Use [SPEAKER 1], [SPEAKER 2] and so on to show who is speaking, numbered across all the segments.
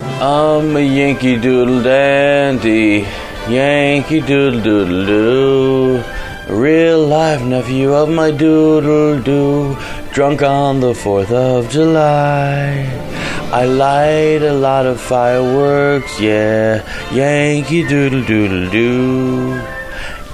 [SPEAKER 1] I'm a Yankee Doodle Dandy, Yankee Doodle Doodle Doo. Real life nephew of my doodle doo, drunk on the 4th of July. I light a lot of fireworks, yeah, Yankee Doodle Doodle Doo.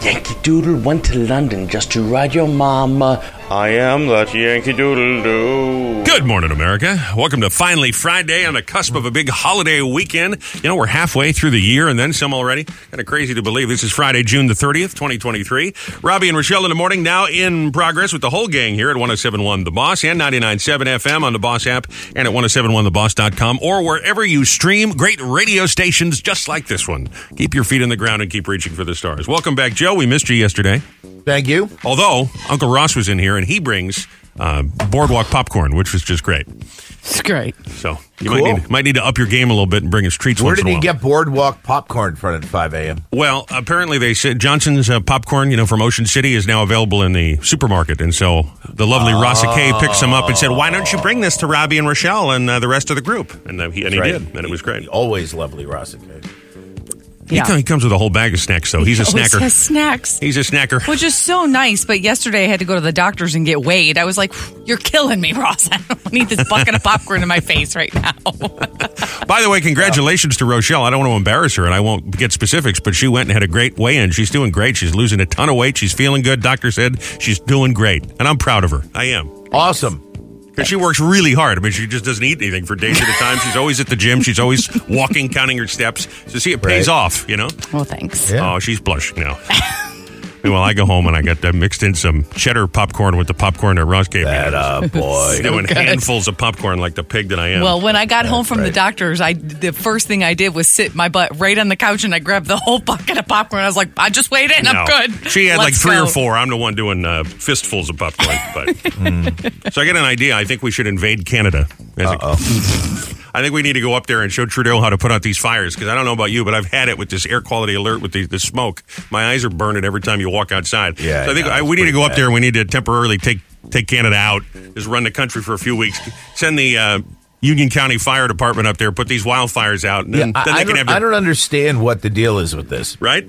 [SPEAKER 1] Yankee Doodle went to London just to ride your mama. I am that Yankee Doodle Doo.
[SPEAKER 2] Good morning, America. Welcome to Finally Friday on the cusp of a big holiday weekend. You know, we're halfway through the year and then some already. Kind of crazy to believe. This is Friday, June the 30th, 2023. Robbie and Rochelle in the morning, now in progress with the whole gang here at 1071 The Boss and 997 FM on the Boss app and at 1071theboss.com or wherever you stream great radio stations just like this one. Keep your feet in the ground and keep reaching for the stars. Welcome back, Joe. We missed you yesterday.
[SPEAKER 3] Thank you.
[SPEAKER 2] Although Uncle Ross was in here and he brings uh, boardwalk popcorn, which was just great.
[SPEAKER 4] It's great.
[SPEAKER 2] So you
[SPEAKER 3] Cool.
[SPEAKER 2] might need might need to up your game a little bit and bring us treats.
[SPEAKER 3] Where
[SPEAKER 2] once
[SPEAKER 3] did
[SPEAKER 2] in a
[SPEAKER 3] he
[SPEAKER 2] while.
[SPEAKER 3] get boardwalk popcorn from at 5 a.m.?
[SPEAKER 2] Well, apparently they said Johnson's uh, popcorn, you know, from Ocean City, is now available in the supermarket, and so the lovely Rossa K picks them up and said, "Why don't you bring this to Robbie and Rochelle and uh, the rest of the group?" And uh, he, and he
[SPEAKER 3] Right.
[SPEAKER 2] did, and it was great.
[SPEAKER 3] Always lovely, Rossica.
[SPEAKER 2] He, co- he comes with a whole bag of snacks, though. Oh, He's a
[SPEAKER 4] Always
[SPEAKER 2] snacker.
[SPEAKER 4] has snacks.
[SPEAKER 2] He's a snacker.
[SPEAKER 4] Which is so nice, but yesterday I had to go to the doctor's and get weighed. I was like, "You're killing me, Ross. I don't need this bucket of popcorn in my face right now."
[SPEAKER 2] By the way, congratulations to Rochelle. I don't want to embarrass her, and I won't get specifics, but she went and had a great weigh-in. She's doing great. She's losing a ton of weight. She's feeling good. Doctor said she's doing great, and I'm proud of her. I am.
[SPEAKER 3] Awesome.
[SPEAKER 2] Because she works really hard. I mean, she just doesn't eat anything for days at a time. She's always at the gym. She's always walking, counting her steps. So see, it pays
[SPEAKER 3] Right.
[SPEAKER 2] off, you know?
[SPEAKER 4] well, thanks.
[SPEAKER 2] Oh, she's blushing now. Meanwhile, I go home and I got uh, mixed in some cheddar popcorn with the popcorn that Ross gave
[SPEAKER 3] That
[SPEAKER 2] me.
[SPEAKER 3] uh, boy.
[SPEAKER 2] Doing handfuls of popcorn like the pig that I am.
[SPEAKER 4] Well, when I got home from the
[SPEAKER 3] right.
[SPEAKER 4] doctor's, I the first thing I did was sit my butt right on the couch and I grabbed the whole bucket of popcorn. I was like, "I just weighed it and I'm
[SPEAKER 2] No.
[SPEAKER 4] good."
[SPEAKER 2] She had like
[SPEAKER 4] Let's
[SPEAKER 2] three
[SPEAKER 4] go.
[SPEAKER 2] or four. I'm the one doing uh, fistfuls of popcorn. But so I get an idea. I think we should invade Canada. As a- I think we need to go up there and show Trudeau how to put out these fires because I don't know about you, but I've had it with this air quality alert with the, the smoke. My eyes are burning every time you walk outside.
[SPEAKER 3] Yeah,
[SPEAKER 2] so I think
[SPEAKER 3] no,
[SPEAKER 2] I,
[SPEAKER 3] it's
[SPEAKER 2] we need to
[SPEAKER 3] pretty
[SPEAKER 2] go up
[SPEAKER 3] bad.
[SPEAKER 2] there and we need to temporarily take take Canada out. Just run the country for a few weeks. Send the. Uh, Union County Fire Department up there, put these wildfires out, and
[SPEAKER 3] Yeah,
[SPEAKER 2] then,
[SPEAKER 3] I,
[SPEAKER 2] then they
[SPEAKER 3] I
[SPEAKER 2] can have
[SPEAKER 3] don't,
[SPEAKER 2] their,
[SPEAKER 3] I don't understand what the deal is with this.
[SPEAKER 2] right.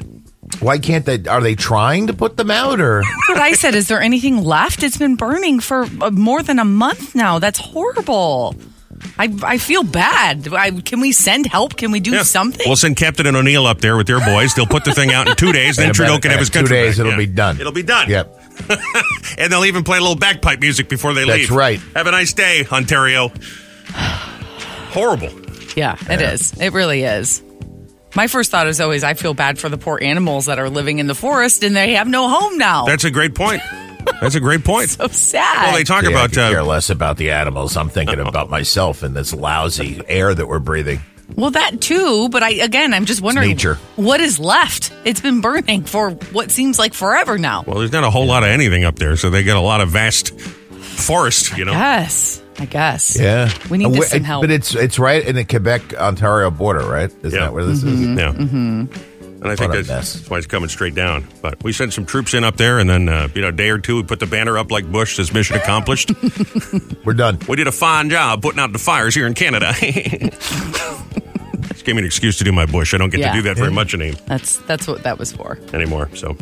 [SPEAKER 3] Why can't they? Are they trying to put them out or?
[SPEAKER 4] That's what I said. Is there anything left? It's been burning for uh, more than a month now. That's horrible. I, I feel bad. I, can we send help? Can we do
[SPEAKER 2] Yeah.
[SPEAKER 4] something?
[SPEAKER 2] We'll send Captain and O'Neill up there with their boys. They'll put the thing out in two days. Then
[SPEAKER 3] Yeah,
[SPEAKER 2] Trudeau
[SPEAKER 3] about-
[SPEAKER 2] can have his
[SPEAKER 3] yeah, two
[SPEAKER 2] country.
[SPEAKER 3] days,
[SPEAKER 2] back.
[SPEAKER 3] it'll be done.
[SPEAKER 2] It'll be done.
[SPEAKER 3] Yep.
[SPEAKER 2] And they'll even play a little bagpipe music before they
[SPEAKER 3] That's
[SPEAKER 2] leave.
[SPEAKER 3] right.
[SPEAKER 2] Have a nice day, Ontario. Horrible.
[SPEAKER 4] yeah, it is. It really is. My first thought is always, I feel bad for the poor animals that are living in the forest and they have no home now.
[SPEAKER 2] That's a great point. That's a great point.
[SPEAKER 4] so sad.
[SPEAKER 2] well, they talk
[SPEAKER 3] Yeah, I
[SPEAKER 2] about
[SPEAKER 3] could care
[SPEAKER 2] uh,
[SPEAKER 3] less about the animals. I'm thinking about myself and this lousy air that we're breathing.
[SPEAKER 4] Well, that too, but I again, I'm just wondering
[SPEAKER 3] nature.
[SPEAKER 4] what is left. It's been burning for what seems like forever now.
[SPEAKER 2] well, there's not a whole lot of anything up there, so they get a lot of vast forest. You know,
[SPEAKER 4] yes, I guess.
[SPEAKER 3] Yeah,
[SPEAKER 4] We need
[SPEAKER 3] And
[SPEAKER 4] to
[SPEAKER 3] wh-
[SPEAKER 4] send help.
[SPEAKER 3] But it's it's right in the Quebec Ontario border, right? Isn't
[SPEAKER 2] Yeah.
[SPEAKER 3] that where this is?
[SPEAKER 2] yeah.
[SPEAKER 4] Mm-hmm.
[SPEAKER 2] And I think
[SPEAKER 3] What a
[SPEAKER 2] that's,
[SPEAKER 3] mess.
[SPEAKER 2] that's why it's coming straight down. But we sent some troops in up there, and then uh, you know, a day or two, we put the banner up like Bush says, "Mission accomplished."
[SPEAKER 4] Mm-hmm.
[SPEAKER 3] We're done.
[SPEAKER 2] We did a fine job putting out the fires here in Canada. Just gave me an excuse to do my bush. I don't get
[SPEAKER 4] Yeah.
[SPEAKER 2] to do that very much any,
[SPEAKER 4] That's that's what that was for.
[SPEAKER 2] anymore. So,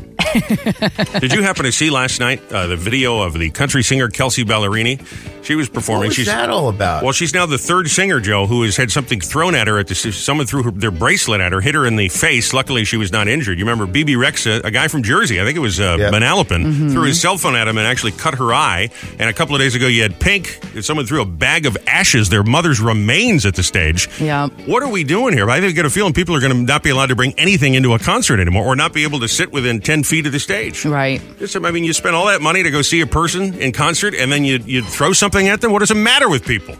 [SPEAKER 2] did you happen to see last night uh, the video of the country singer Kelsey Ballerini? She was performing.
[SPEAKER 3] What was
[SPEAKER 2] she's
[SPEAKER 3] that all about?
[SPEAKER 2] well, she's now the third singer, Joe, who has had something thrown at her. At the, someone threw her, their bracelet at her, hit her in the face. Luckily, she was not injured. You remember BB Rex, uh, a, a guy from Jersey, I think it was uh,
[SPEAKER 3] Yeah.
[SPEAKER 2] Manalapan,
[SPEAKER 4] Mm-hmm.
[SPEAKER 2] threw his cell phone at him and actually cut her eye. And a couple of days ago, you had Pink. Someone threw a bag of ashes, their mother's remains, at the stage.
[SPEAKER 4] Yeah.
[SPEAKER 2] What are we doing here? I think I get a feeling people are going to not be allowed to bring anything into a concert anymore, or not be able to sit within ten feet of the stage.
[SPEAKER 4] Right.
[SPEAKER 2] Just, I mean, you spend all that money to go see a person in concert, and then you you throw something at them. What does it matter with people?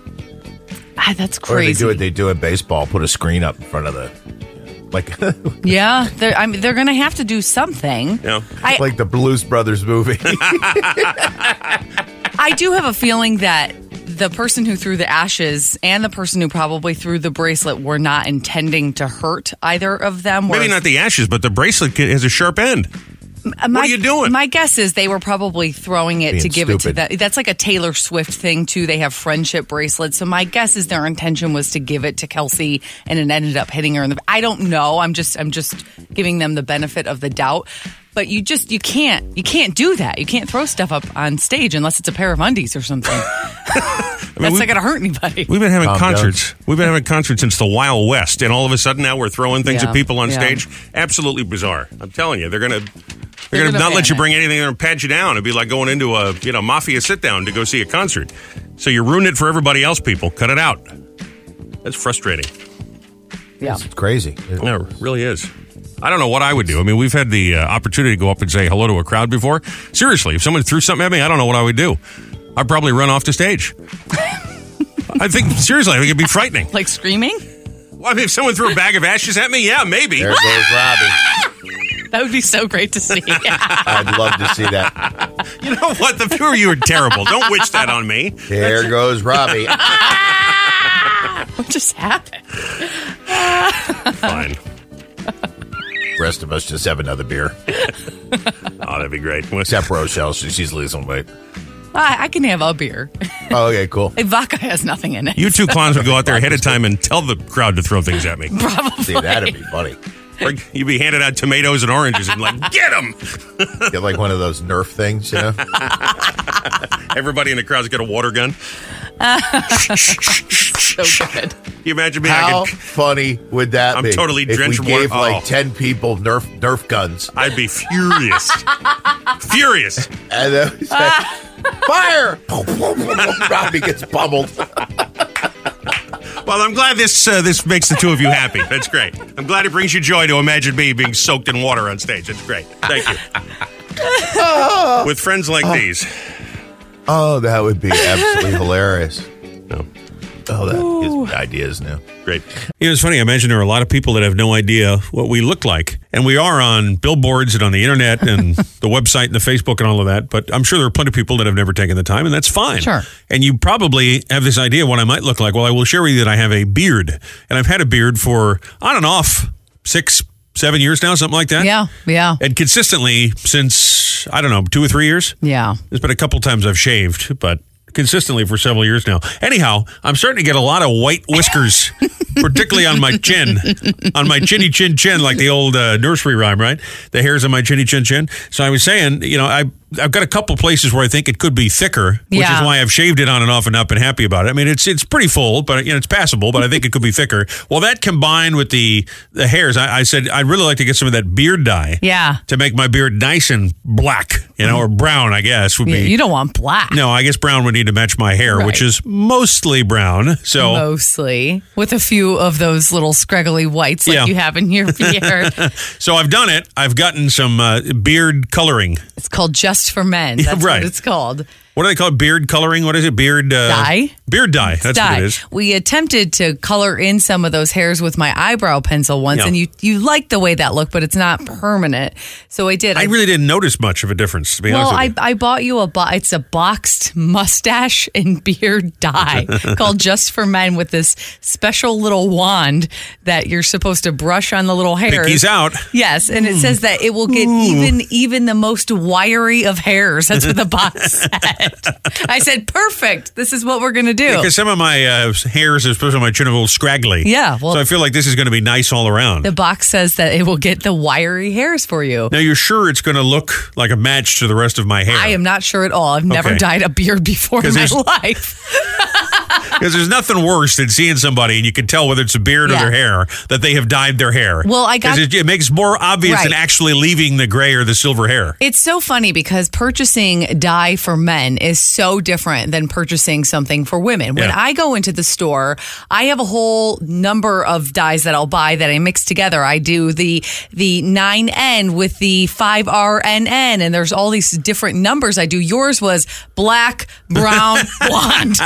[SPEAKER 4] Ah, that's
[SPEAKER 3] or they
[SPEAKER 4] crazy.
[SPEAKER 3] do it. They do in baseball. Put a screen up in front of the like
[SPEAKER 4] yeah, they're, I mean, they're going to have to do something.
[SPEAKER 2] Yeah.
[SPEAKER 4] I,
[SPEAKER 3] like the Blues Brothers movie.
[SPEAKER 4] I do have a feeling that the person who threw the ashes and the person who probably threw the bracelet were not intending to hurt either of them.
[SPEAKER 2] Maybe
[SPEAKER 4] whereas-
[SPEAKER 2] not the ashes, but the bracelet ca- has a sharp end.
[SPEAKER 4] my,
[SPEAKER 2] are you doing?
[SPEAKER 4] My guess is they were probably throwing it
[SPEAKER 3] Being
[SPEAKER 4] to give it to
[SPEAKER 3] stupid.
[SPEAKER 4] that. That's like a Taylor Swift thing too. They have friendship bracelets, so my guess is their intention was to give it to Kelsey, and it ended up hitting her in the. I don't know. I'm just I'm just giving them the benefit of the doubt. But you just you can't you can't do that. You can't throw stuff up on stage unless it's a pair of undies or something. That's
[SPEAKER 2] we-
[SPEAKER 4] not gonna hurt anybody.
[SPEAKER 2] We've been having
[SPEAKER 3] Tom
[SPEAKER 2] concerts. We've been having concerts since the Wild West, and all of a sudden now we're throwing things
[SPEAKER 4] Yeah,
[SPEAKER 2] at people on
[SPEAKER 4] yeah.
[SPEAKER 2] stage. Absolutely bizarre. I'm telling you, they're gonna they're,
[SPEAKER 4] They're
[SPEAKER 2] gonna,
[SPEAKER 4] gonna
[SPEAKER 2] not let
[SPEAKER 4] ban
[SPEAKER 2] you
[SPEAKER 4] it.
[SPEAKER 2] bring anything there and pat you down. It'd be like going into a you know mafia sit down to go see a concert. So you're ruining it for everybody else. People, cut it out. That's frustrating.
[SPEAKER 4] yeah.
[SPEAKER 3] It's crazy.
[SPEAKER 2] Yeah, it really is. I don't know what I would do. I mean, we've had the uh, opportunity to go up and say hello to a crowd before. Seriously, if someone threw something at me, I don't know what I would do. I'd probably run off the stage. I think seriously, I think it'd be frightening.
[SPEAKER 4] Like screaming?
[SPEAKER 2] Well, I mean, if someone threw a bag of ashes at me, yeah, maybe.
[SPEAKER 3] There goes Robbie.
[SPEAKER 4] That would be so great to see.
[SPEAKER 3] I'd love to see that.
[SPEAKER 2] You know what? The few of you are terrible. Don't wish that on me.
[SPEAKER 3] There goes Robbie.
[SPEAKER 4] what just happened?
[SPEAKER 2] Fine.
[SPEAKER 3] rest of us just have another beer.
[SPEAKER 2] Oh, that'd be great.
[SPEAKER 3] Except Rochelle. She, she's losing weight.
[SPEAKER 4] I, I can have a beer.
[SPEAKER 3] Oh, okay, cool.
[SPEAKER 4] Vodka has nothing in it.
[SPEAKER 2] You two clowns would go out there ahead of time and tell the crowd to throw things at me.
[SPEAKER 3] See, that'd be funny.
[SPEAKER 2] Or you'd be handed out tomatoes and oranges and like, get them.
[SPEAKER 3] Get like one of those Nerf things, you know?
[SPEAKER 2] Everybody in the crowd's got a water gun.
[SPEAKER 4] so good.
[SPEAKER 2] Can you imagine me?
[SPEAKER 3] How
[SPEAKER 2] I could,
[SPEAKER 3] funny would that
[SPEAKER 2] I'm
[SPEAKER 3] be?
[SPEAKER 2] totally
[SPEAKER 3] if
[SPEAKER 2] drenched
[SPEAKER 3] We
[SPEAKER 2] warm-
[SPEAKER 3] gave like
[SPEAKER 2] oh.
[SPEAKER 3] 10 people Nerf Nerf guns.
[SPEAKER 2] I'd be furious. furious.
[SPEAKER 3] And then we say, fire! Robbie gets bubbled.
[SPEAKER 2] Well, I'm glad this uh, this makes the two of you happy. That's great. I'm glad it brings you joy to imagine me being soaked in water on stage. That's great. Thank you. With friends like these.
[SPEAKER 3] Oh, that would be absolutely hilarious.
[SPEAKER 2] No.
[SPEAKER 3] Oh, that his idea is new.
[SPEAKER 2] Great. You know, it's funny. I imagine there are a lot of people that have no idea what we look like. And we are on billboards and on the internet and the website and the Facebook and all of that. But I'm sure there are plenty of people that have never taken the time, and that's fine.
[SPEAKER 4] Sure.
[SPEAKER 2] And you probably have this idea what I might look like. Well, I will share with you that I have a beard, and I've had a beard for on and off six, seven years now, something like that.
[SPEAKER 4] Yeah, yeah,
[SPEAKER 2] And consistently since, I don't know, two or three years.
[SPEAKER 4] yeah.
[SPEAKER 2] There's been a couple times I've shaved, but consistently for several years now. Anyhow, I'm starting to get a lot of white whiskers, particularly on my chin, on my chinny chin chin, like the old uh, nursery rhyme, right? The hairs on my chinny chin chin. So I was saying, you know, I. I've got a couple places where I think it could be thicker, which
[SPEAKER 4] Yeah.
[SPEAKER 2] is why I've shaved it on and off and not been happy about it. I mean, it's it's pretty full, but you know, it's passable. But I think it could be thicker. Well, that combined with the the hairs, I, I said I'd really like to get some of that beard dye,
[SPEAKER 4] Yeah.
[SPEAKER 2] to make my beard nice and black, you know, or brown. I guess would
[SPEAKER 4] You,
[SPEAKER 2] be
[SPEAKER 4] Mm-hmm. you don't want black.
[SPEAKER 2] no, I guess brown would need to match my hair,
[SPEAKER 4] Right.
[SPEAKER 2] which is mostly brown. So
[SPEAKER 4] Mostly with a few of those little scraggly whites like
[SPEAKER 2] Yeah.
[SPEAKER 4] you have in your beard.
[SPEAKER 2] so I've done it. I've gotten some uh, beard coloring.
[SPEAKER 4] it's called Just for Men. That's
[SPEAKER 2] right.
[SPEAKER 4] what it's called.
[SPEAKER 2] What do they call it? Beard coloring? What is it? Beard uh,
[SPEAKER 4] Dye?
[SPEAKER 2] Beard dye. That's what
[SPEAKER 4] Dye.
[SPEAKER 2] it is.
[SPEAKER 4] We attempted to color in some of those hairs with my eyebrow pencil once,
[SPEAKER 2] Yeah.
[SPEAKER 4] and you you like the way that looked, but it's not permanent. So I did.
[SPEAKER 2] I really didn't notice much of a difference, to be
[SPEAKER 4] well,
[SPEAKER 2] honest with
[SPEAKER 4] I,
[SPEAKER 2] you.
[SPEAKER 4] I bought you a bo- it's a boxed mustache and beard dye called Just for Men with this special little wand that you're supposed to brush on the little hairs.
[SPEAKER 2] Pinkies out.
[SPEAKER 4] Yes, and it says that it will get even even the most wiry of hairs. That's what the box said. I said, "Perfect. This is what we're going to do."
[SPEAKER 2] Because some of my uh, hairs, especially my chin, are a little scraggly.
[SPEAKER 4] Yeah, well-
[SPEAKER 2] so I feel like this is going to be nice all around.
[SPEAKER 4] the box says that it will get the wiry hairs for you.
[SPEAKER 2] now, you're sure it's going to look like a match to the rest of my hair?
[SPEAKER 4] I am not sure at all. I've never
[SPEAKER 2] Okay.
[SPEAKER 4] dyed a beard before in
[SPEAKER 2] 'Cause
[SPEAKER 4] my
[SPEAKER 2] there's-
[SPEAKER 4] life.
[SPEAKER 2] Because there's nothing worse than seeing somebody and you can tell whether it's a beard
[SPEAKER 4] Yeah.
[SPEAKER 2] or their hair that they have dyed their hair.
[SPEAKER 4] Well, I got-
[SPEAKER 2] 'Cause it, it makes more obvious than
[SPEAKER 4] Right.
[SPEAKER 2] actually leaving the gray or the silver hair.
[SPEAKER 4] It's so funny because purchasing dye for men is so different than purchasing something for women. When
[SPEAKER 2] Yeah.
[SPEAKER 4] I go into the store, I have a whole number of dyes that I'll buy that I mix together. I do the the 9N with the 5RNN and there's all these different numbers I do. Yours was black, brown, blonde.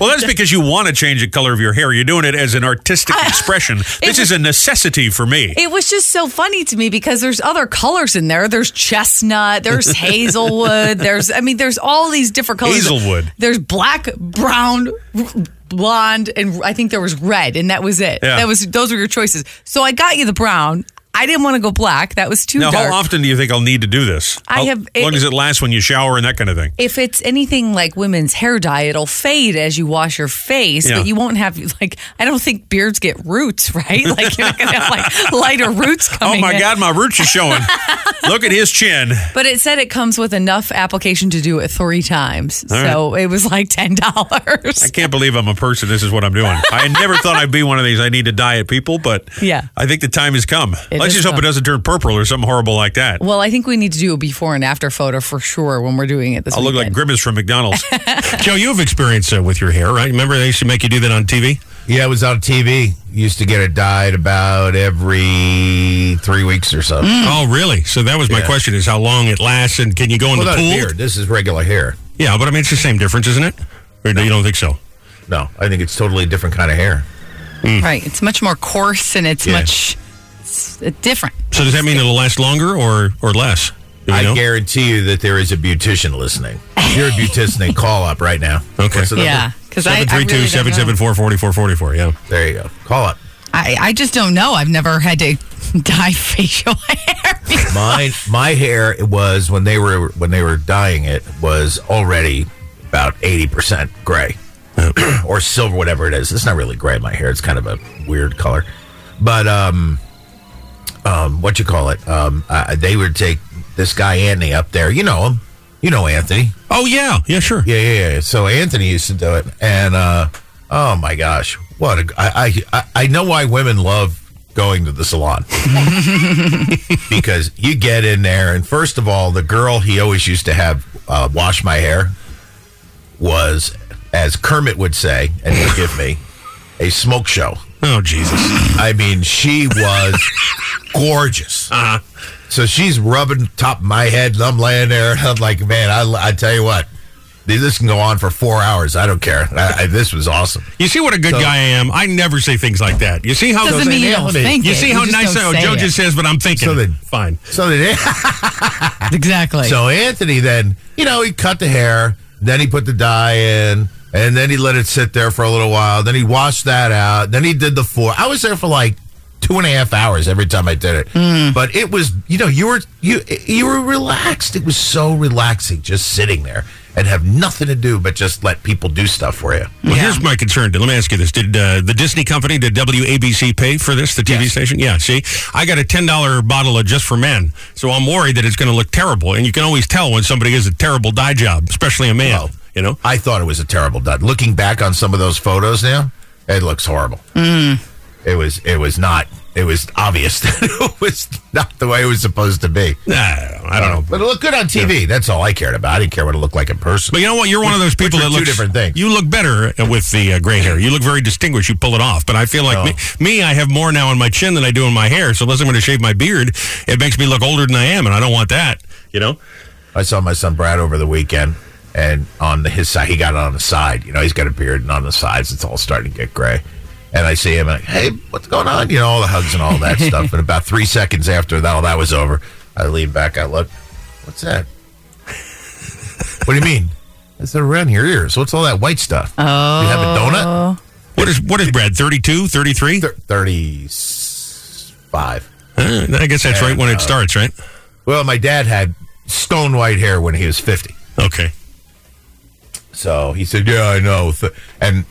[SPEAKER 2] Well, that's because you want to change the color of your hair. You're doing it as an artistic expression. This is a necessity for me.
[SPEAKER 4] It was just so funny to me because there's other colors in there. There's chestnut, there's hazelwood, there's I mean there's all these different colors.
[SPEAKER 2] Hazelwood.
[SPEAKER 4] There's black, brown, r- blonde and I think there was red and that was it.
[SPEAKER 2] Yeah.
[SPEAKER 4] That was those were your choices. So I got you the brown. I didn't want to go black. That was too
[SPEAKER 2] Now,
[SPEAKER 4] dark.
[SPEAKER 2] how often do you think I'll need to do this?
[SPEAKER 4] I
[SPEAKER 2] How
[SPEAKER 4] have-
[SPEAKER 2] long
[SPEAKER 4] it-
[SPEAKER 2] does it last when you shower and that kind of thing?
[SPEAKER 4] if it's anything like women's hair dye, it'll fade as you wash your face,
[SPEAKER 2] Yeah.
[SPEAKER 4] but you won't have like I don't think beards get roots, right? Like you're not gonna have like lighter roots
[SPEAKER 2] Oh
[SPEAKER 4] coming.
[SPEAKER 2] my
[SPEAKER 4] in.
[SPEAKER 2] God, my roots are showing. Look at his chin.
[SPEAKER 4] But it said it comes with enough application to do it three times, so it was like ten
[SPEAKER 2] I
[SPEAKER 4] dollars.
[SPEAKER 2] can't believe I'm a person. This is what I'm doing. I never thought I'd be one of these. I need to diet people, but
[SPEAKER 4] Yeah.
[SPEAKER 2] I think the time has come.
[SPEAKER 4] It
[SPEAKER 2] Let's
[SPEAKER 4] has
[SPEAKER 2] just hope
[SPEAKER 4] come.
[SPEAKER 2] it doesn't turn purple or something horrible like that.
[SPEAKER 4] Well, I think we need to do a before and after photo for sure when we're doing it this.
[SPEAKER 2] I'll look like
[SPEAKER 4] weekend.
[SPEAKER 2] Grimace from McDonald's. Joe, you have experience uh, with your hair, right? Remember they used to make you do that on TV?
[SPEAKER 3] Yeah, it was on TV. Used to get it dyed about every three weeks or so.
[SPEAKER 4] Hmm.
[SPEAKER 2] Oh, really? So that was my
[SPEAKER 3] Yeah.
[SPEAKER 2] question: is how long it lasts, and can you go in
[SPEAKER 3] Well,
[SPEAKER 2] the
[SPEAKER 3] not a
[SPEAKER 2] pool?
[SPEAKER 3] beard. This is regular hair.
[SPEAKER 2] Yeah, but I mean it's the same difference, isn't it? Or do you don't think so?
[SPEAKER 3] No, I think it's totally different kind of hair.
[SPEAKER 4] right. It's much more coarse and it's
[SPEAKER 3] Yeah.
[SPEAKER 4] much it's uh, different.
[SPEAKER 2] So does that mean it'll last longer or or less? Do we
[SPEAKER 3] I
[SPEAKER 2] know?
[SPEAKER 3] guarantee you that there is a beautician listening. If you're a beautician, call up right now.
[SPEAKER 2] Okay.
[SPEAKER 3] What's the number?
[SPEAKER 4] Yeah, because I, I,
[SPEAKER 2] Seven three
[SPEAKER 4] really
[SPEAKER 2] two
[SPEAKER 4] don't
[SPEAKER 2] seven
[SPEAKER 4] know.
[SPEAKER 2] seven four forty four forty four. Yeah.
[SPEAKER 3] There you go. Call up.
[SPEAKER 4] I, I just don't know. I've never had to dye facial hair.
[SPEAKER 3] Mine, my hair was when they were when they were dyeing it was already about eighty percent gray or silver, whatever it is. It's not really gray. My hair, it's kind of a weird color, but um, um, what you call it? Um, uh, they would take this guy Anthony up there. You know him. You know Anthony.
[SPEAKER 2] Oh yeah. Yeah. Sure.
[SPEAKER 3] Yeah, yeah, yeah. So Anthony used to do it, and uh, oh my gosh, what a, I, I I know why women love going to the salon because you get in there, and first of all, the girl he always used to have uh, wash my hair was, as Kermit would say, and forgive me, a smoke show.
[SPEAKER 2] Oh Jesus.
[SPEAKER 3] I mean, she was gorgeous.
[SPEAKER 2] Uh-huh.
[SPEAKER 3] So she's rubbing the top of my head, and I'm laying there, and I'm like, man, I, I tell you what, this can go on for four hours. I don't care. I, I, this was awesome.
[SPEAKER 2] You see what a good
[SPEAKER 3] So-
[SPEAKER 2] guy I am. I never say things like that. You see how
[SPEAKER 4] Doesn't mean you don't
[SPEAKER 2] You
[SPEAKER 4] think it.
[SPEAKER 2] see
[SPEAKER 4] You
[SPEAKER 2] how
[SPEAKER 4] just
[SPEAKER 2] nice
[SPEAKER 4] don't
[SPEAKER 2] oh,
[SPEAKER 4] say
[SPEAKER 2] Joe
[SPEAKER 4] it.
[SPEAKER 2] just says, but I'm thinking.
[SPEAKER 3] So then-
[SPEAKER 2] Fine.
[SPEAKER 3] So then,
[SPEAKER 4] exactly.
[SPEAKER 3] so Anthony then, you know, he cut the hair, then he put the dye in, and then he let it sit there for a little while. Then he washed that out. Then he did the four. I was there for like two and a half hours every time I did it. But it was, you know, you were you you were relaxed. It was so relaxing just sitting there and have nothing to do but just let people do stuff for you.
[SPEAKER 2] Well, here's my concern. Let me ask you this: Did uh, the Disney company, did WABC pay for this? The TV station? Yeah. See, I got a ten dollar bottle of Just for Men, so I'm worried that it's going to look terrible. And you can always tell when somebody has a terrible dye job, especially a man.
[SPEAKER 3] Oh.
[SPEAKER 2] You know.
[SPEAKER 3] I thought it was a terrible dud. Looking back on some of those photos now, it looks horrible. It was it was not it was obvious that it was not the way it was supposed to be.
[SPEAKER 2] Nah, I don't know. I don't know.
[SPEAKER 3] But it looked good on TV. That's all I cared about. I didn't care what it looked like in person.
[SPEAKER 2] But you know what? You're one of those
[SPEAKER 3] Which-
[SPEAKER 2] people
[SPEAKER 3] which
[SPEAKER 2] that
[SPEAKER 3] are two
[SPEAKER 2] looks
[SPEAKER 3] different things.
[SPEAKER 2] You look better with the uh, gray hair. You look very distinguished. You pull it off. But I feel like
[SPEAKER 3] Oh.
[SPEAKER 2] me, me, I have more now on my chin than I do in my hair. So unless I'm going to shave my beard, it makes me look older than I am, and I don't want that. You know.
[SPEAKER 3] I saw my son Brad over the weekend, and on the, his side, he got it on the side. You know, he's got a beard, and on the sides, it's all starting to get gray. And I see him, and I, hey, what's going on? You know, all the hugs and all that stuff. And about three seconds after that, all that was over, I lean back, I look, what's that? what do you mean? It's around your ears. What's all that white stuff? Oh. You have a donut?
[SPEAKER 2] What is what is Brad? 32, 33?
[SPEAKER 3] Thir- 35.
[SPEAKER 2] Uh, I guess that's right when it starts, right?
[SPEAKER 3] Well, my dad had stone white hair when he was 50.
[SPEAKER 2] Okay.
[SPEAKER 3] So he said, "Yeah, I know." Th- And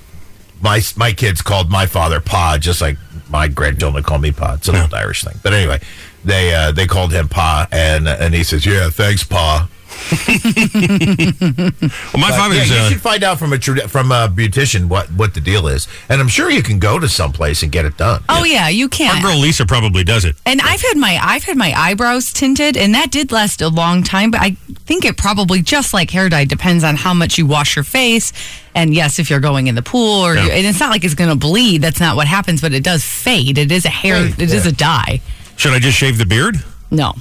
[SPEAKER 3] my my kids called my father Pa, just like my grandchildren call me Pa. It's an old Irish thing, but anyway, they uh, they called him Pa, and and he says, "Yeah, thanks, Pa."
[SPEAKER 2] Well, my
[SPEAKER 3] But, yeah,
[SPEAKER 2] father's.
[SPEAKER 3] you
[SPEAKER 2] uh,
[SPEAKER 3] should find out from a trad- from a beautician what what the deal is, and I'm sure you can go to someplace and get it done.
[SPEAKER 4] oh yeah, you
[SPEAKER 2] our
[SPEAKER 4] can.
[SPEAKER 2] girl Lisa probably does it.
[SPEAKER 4] And I've had my I've had my eyebrows tinted, and that did last a long time. But I think it probably just like hair dye depends on how much you wash your face. And yes, if you're going in the pool, or you, and it's not like it's going to bleed. That's not what happens, but it does fade. It is a hair. It
[SPEAKER 3] Fade,
[SPEAKER 4] is
[SPEAKER 3] yeah.
[SPEAKER 4] a dye.
[SPEAKER 2] Should I just shave the beard?
[SPEAKER 4] No.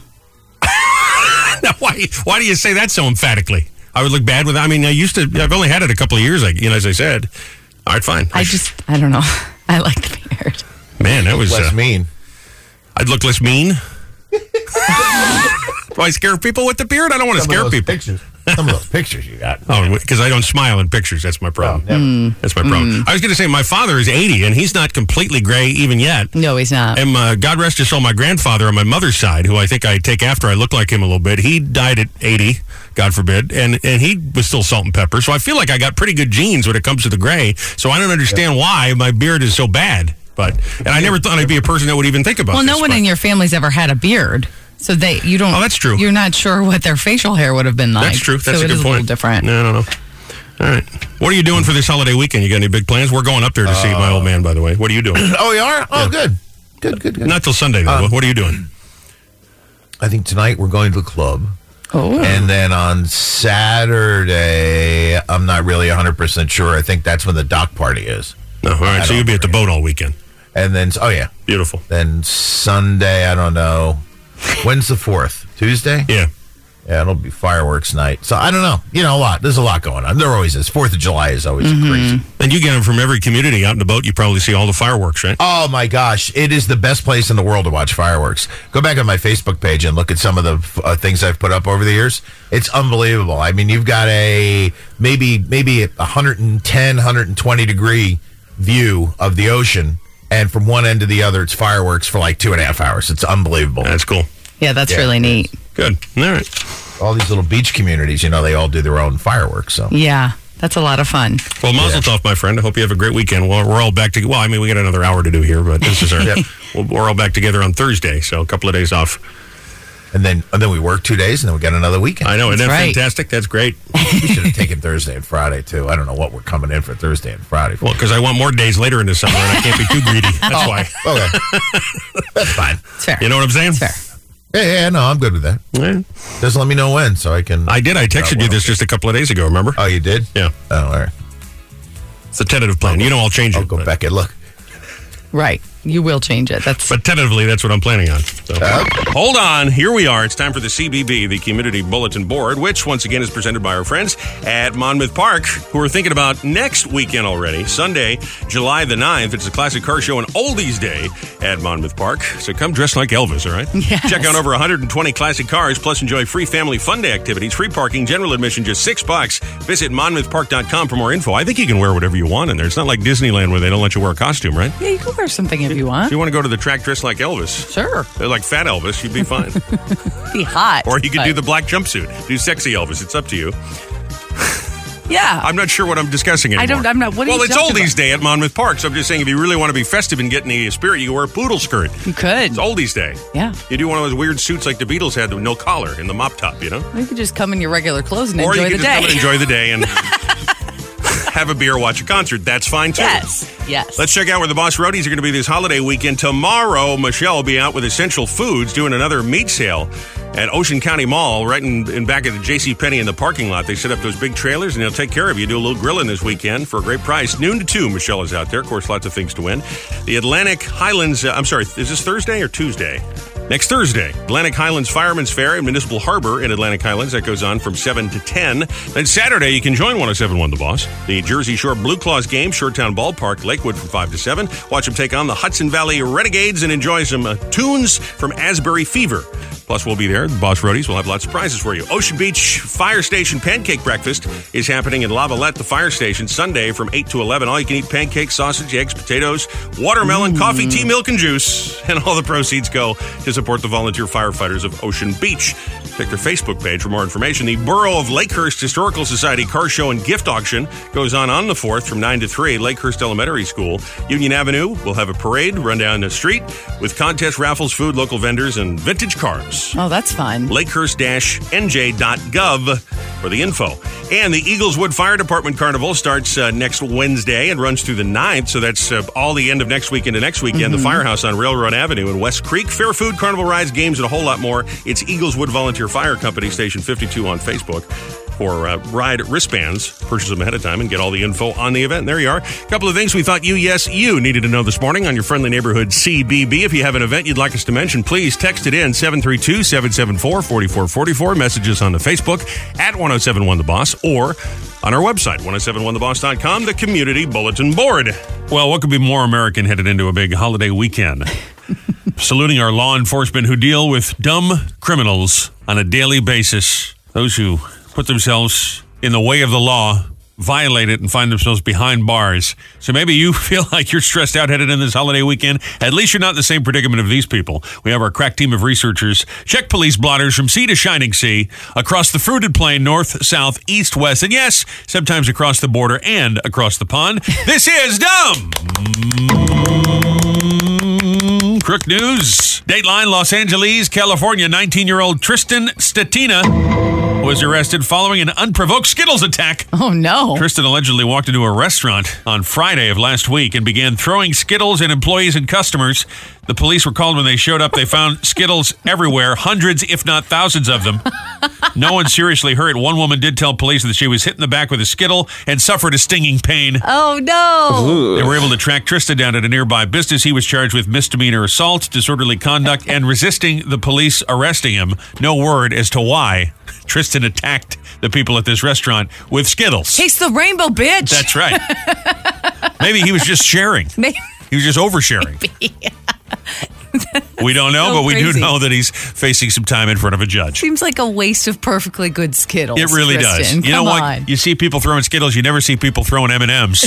[SPEAKER 2] Now, why? Why do you say that so emphatically? I would look bad with. I mean, I used to. I've only had it a couple of years. Like you know, as I said. All right, fine.
[SPEAKER 4] I just I don't know. I like the beard.
[SPEAKER 2] man, that was.
[SPEAKER 3] Less
[SPEAKER 2] Uh,
[SPEAKER 3] mean.
[SPEAKER 2] I'd look less mean. do I scare people with the beard? I don't want to
[SPEAKER 3] Some of
[SPEAKER 2] scare
[SPEAKER 3] those
[SPEAKER 2] people.
[SPEAKER 3] Pictures. Some of those pictures you got.
[SPEAKER 2] Oh, because I don't smile in pictures. That's my problem. That's my problem.
[SPEAKER 3] Mm.
[SPEAKER 2] I was going to say my father is 80 and he's not completely gray even yet.
[SPEAKER 4] No, he's not.
[SPEAKER 2] And uh, God rest his soul, my grandfather on my mother's side, who I think I take after, I look like him a little bit. He died at 80, God forbid, and, and he was still salt and pepper. So I feel like I got pretty good genes when it comes to the gray. So I don't understand why my beard is so bad. But and I never thought I'd be a person that would even think about.
[SPEAKER 4] Well, no
[SPEAKER 2] this,
[SPEAKER 4] one
[SPEAKER 2] but
[SPEAKER 4] in your family's ever had a beard, so they you don't.
[SPEAKER 2] Oh, that's true.
[SPEAKER 4] You're not sure what their facial hair would have been like.
[SPEAKER 2] That's true. That's
[SPEAKER 4] so
[SPEAKER 2] a
[SPEAKER 4] it
[SPEAKER 2] good
[SPEAKER 4] is
[SPEAKER 2] point.
[SPEAKER 4] a little different.
[SPEAKER 2] No, I don't know. All right. What are you doing for this holiday weekend? You got any big plans? We're going up there to see my old man. By the way, what are you doing?
[SPEAKER 3] Oh, you are? Oh, good. Good, good, good.
[SPEAKER 2] Not till Sunday though. what are you doing?
[SPEAKER 3] I think tonight we're going to the club.
[SPEAKER 4] Oh,
[SPEAKER 3] And then on Saturday, I'm not really 100% sure. I think that's when the dock party is.
[SPEAKER 2] No. All right. So
[SPEAKER 3] don't
[SPEAKER 2] you'll be at the boat all weekend.
[SPEAKER 3] And then, oh, yeah.
[SPEAKER 2] Beautiful.
[SPEAKER 3] Then Sunday, I don't know. When's the 4th? Tuesday?
[SPEAKER 2] Yeah.
[SPEAKER 3] Yeah, it'll be fireworks night. So I don't know. You know, a lot. There's a lot going on. There always is. 4th of July is always crazy.
[SPEAKER 2] And you get them from every community out in the boat. You probably see all the fireworks, right?
[SPEAKER 3] Oh my gosh, it is the best place in the world to watch fireworks. Go back on my Facebook page and look at some of the uh, things I've put up over the years. It's unbelievable. I mean, you've got a maybe maybe a 110 120 degree view of the ocean and from one end to the other it's fireworks for like two and a half hours. It's unbelievable.
[SPEAKER 2] That's cool.
[SPEAKER 4] yeah, that's really neat.
[SPEAKER 2] Good. All right.
[SPEAKER 3] All these little beach communities, you know, they all do their own fireworks. So
[SPEAKER 4] Yeah, that's a lot of fun.
[SPEAKER 2] Well, Mazel Tov, my friend. I hope you have a great weekend. Well, we're all back together. Well, I mean, we got another hour to do here, but this is our. we'll- We're all back together on Thursday, so a couple of days off.
[SPEAKER 3] and then and then we work two days and then we got another weekend.
[SPEAKER 2] I know. Isn't that
[SPEAKER 4] That's right.
[SPEAKER 2] fantastic? That's great.
[SPEAKER 3] we should have taken Thursday and Friday too. I don't know what we're coming in for Thursday and Friday.
[SPEAKER 2] Well, because I want more days later in the summer, and I can't be too greedy. That's why.
[SPEAKER 3] okay. That's fine.
[SPEAKER 4] It's fair.
[SPEAKER 2] You know what I'm saying?
[SPEAKER 4] fair.
[SPEAKER 3] Yeah, yeah, no, I'm good with that.
[SPEAKER 2] Yeah.
[SPEAKER 3] Just let me know when so I can.
[SPEAKER 2] I did. I texted you this just a couple of days ago. Remember?
[SPEAKER 3] oh, you did?
[SPEAKER 2] Yeah.
[SPEAKER 3] Oh, all right.
[SPEAKER 2] It's a tentative plan. You know, I'll change it.
[SPEAKER 3] I'll go
[SPEAKER 2] but,
[SPEAKER 3] back and look.
[SPEAKER 4] Right. You will change it. That's
[SPEAKER 2] but tentatively, that's what I'm planning on. So. Hold on. Here we are. It's time for the CBB, the Community Bulletin Board, which once again is presented by our friends at Monmouth Park, who are thinking about next weekend already. Sunday, July the 9th. It's a classic car show and oldies day at Monmouth Park. So come dressed like Elvis, all right?
[SPEAKER 4] Yes.
[SPEAKER 2] Check out over 120 classic cars, plus enjoy free family fun day activities, free parking, general admission, just six bucks. Visit monmouthpark.com for more info. I think you can wear whatever you want in there. It's not like Disneyland where they don't let you wear a costume, right?
[SPEAKER 4] yeah. You can wear something if you
[SPEAKER 2] If
[SPEAKER 4] want.
[SPEAKER 2] you want to go to the track dressed like Elvis,
[SPEAKER 4] Sure.
[SPEAKER 2] uh, like Fat Elvis, you'd be fine.
[SPEAKER 4] Be hot.
[SPEAKER 2] or you could do
[SPEAKER 4] but-
[SPEAKER 2] the black jumpsuit, do sexy Elvis. It's up to you.
[SPEAKER 4] Yeah.
[SPEAKER 2] I'm not sure what I'm discussing anymore.
[SPEAKER 4] I don't- I'm not- what are
[SPEAKER 2] well,
[SPEAKER 4] you
[SPEAKER 2] it's
[SPEAKER 4] talking
[SPEAKER 2] oldies day at Monmouth Park, so I'm just saying if you really want to be festive and get in the spirit, you can wear a poodle skirt.
[SPEAKER 4] you could.
[SPEAKER 2] It's oldies day.
[SPEAKER 4] Yeah.
[SPEAKER 2] You do one of those weird suits like the Beatles had with no collar and the mop top, you know?
[SPEAKER 4] You could just come in your regular clothes and
[SPEAKER 2] or
[SPEAKER 4] enjoy
[SPEAKER 2] you
[SPEAKER 4] the
[SPEAKER 2] can just
[SPEAKER 4] day.
[SPEAKER 2] come and enjoy the day and have a beer, watch a concert. That's fine too.
[SPEAKER 4] yes. Yes.
[SPEAKER 2] Let's check out where the Boss Roadies are going to be this holiday weekend. Tomorrow, Michelle will be out with Essential Foods doing another meat sale at Ocean County Mall, right in, in back of the J.C. Penney in the parking lot. They set up those big trailers and they'll take care of you. Do a little grilling this weekend for a great price. Noon to 2, Michelle is out there. Of course, lots of things to win. The Atlantic Highlands, uh, I'm sorry, is this Thursday or Tuesday? Next Thursday, Atlantic Highlands Firemen's Fair at Municipal Harbor in Atlantic Highlands. That goes on from 7 to 10. Then Saturday, you can join 1071 The Boss. The Jersey Shore Blue Claws game, Shoretown Ballpark, Lakewood from 5 to 7. Watch them take on the Hudson Valley Renegades and enjoy some uh, tunes from Asbury Fever. Plus, we'll be there. The Boss Roadies will have lots of prizes for you. Ocean Beach Fire Station Pancake Breakfast is happening in Lavalette, the fire station, Sunday from 8 to 11. All you can eat pancakes, sausage, eggs, potatoes, watermelon, coffee, tea, milk, and juice. And all the proceeds go to support the volunteer firefighters of Ocean Beach. Check their Facebook page for more information. The Borough of Lakehurst Historical Society car show and gift auction goes on on the 4th from 9 to 3. Lakehurst Elementary School, Union Avenue will have a parade run down the street with contest raffles, food, local vendors, and vintage cars
[SPEAKER 4] Oh, that's fun.
[SPEAKER 2] lakehurst-nj.gov for the info. And the Eagleswood Fire Department Carnival starts uh, next Wednesday and runs through the 9th, so that's uh, all the end of next weekend to next weekend. The Firehouse on Railroad Avenue in West Creek, fair food, carnival rides, games, and a whole lot more. It's Eagleswood Volunteer Fire Company, Station 52 on Facebook. For uh, ride wristbands, purchase them ahead of time and get all the info on the event. There you are. A couple of things we thought you, yes, you needed to know this morning on your friendly neighborhood CBB. If you have an event you'd like us to mention, please text it in 732 774 4444. Messages on the Facebook at 1071 The Boss or on our website, 1071theboss.com, the community bulletin board. Well, what could be more American headed into a big holiday weekend? saluting our law enforcement who deal with dumb criminals on a daily basis. Those who put themselves in the way of the law, violate it, and find themselves behind bars. So maybe you feel like you're stressed out headed in this holiday weekend. At least you're not in the same predicament of these people. We have our crack team of researchers check police blotters from sea to shining sea across the fruited plain, north, south, east, west, and yes, sometimes across the border and across the pond. this is dumb. Mm, Crook News. Dateline Los Angeles, California. 19 year old Tristan Statina was arrested following an unprovoked Skittles attack.
[SPEAKER 4] Oh no.
[SPEAKER 2] Tristan allegedly walked into a restaurant on Friday of last week and began throwing Skittles at employees and customers. The police were called when they showed up. They found Skittles everywhere, hundreds, if not thousands of them. No one seriously hurt. One woman did tell police that she was hit in the back with a Skittle and suffered a stinging pain.
[SPEAKER 4] Oh no.
[SPEAKER 2] They were able to track Tristan down at a nearby business. He was charged with misdemeanor assault, disorderly conduct, and resisting the police arresting him. No word as to why Tristan attacked the people at this restaurant with Skittles.
[SPEAKER 4] Taste the rainbow, bitch.
[SPEAKER 2] That's right. Maybe he was just sharing.
[SPEAKER 4] Maybe-
[SPEAKER 2] He was just oversharing. we don't know,
[SPEAKER 4] so
[SPEAKER 2] but we do
[SPEAKER 4] crazy.
[SPEAKER 2] know that he's facing some time in front of a judge.
[SPEAKER 4] Seems like a waste of perfectly good Skittles.
[SPEAKER 2] It really
[SPEAKER 4] Kristen.
[SPEAKER 2] does. You know
[SPEAKER 4] Come
[SPEAKER 2] what?
[SPEAKER 4] on.
[SPEAKER 2] You see people throwing Skittles. You never see people throwing M and M's.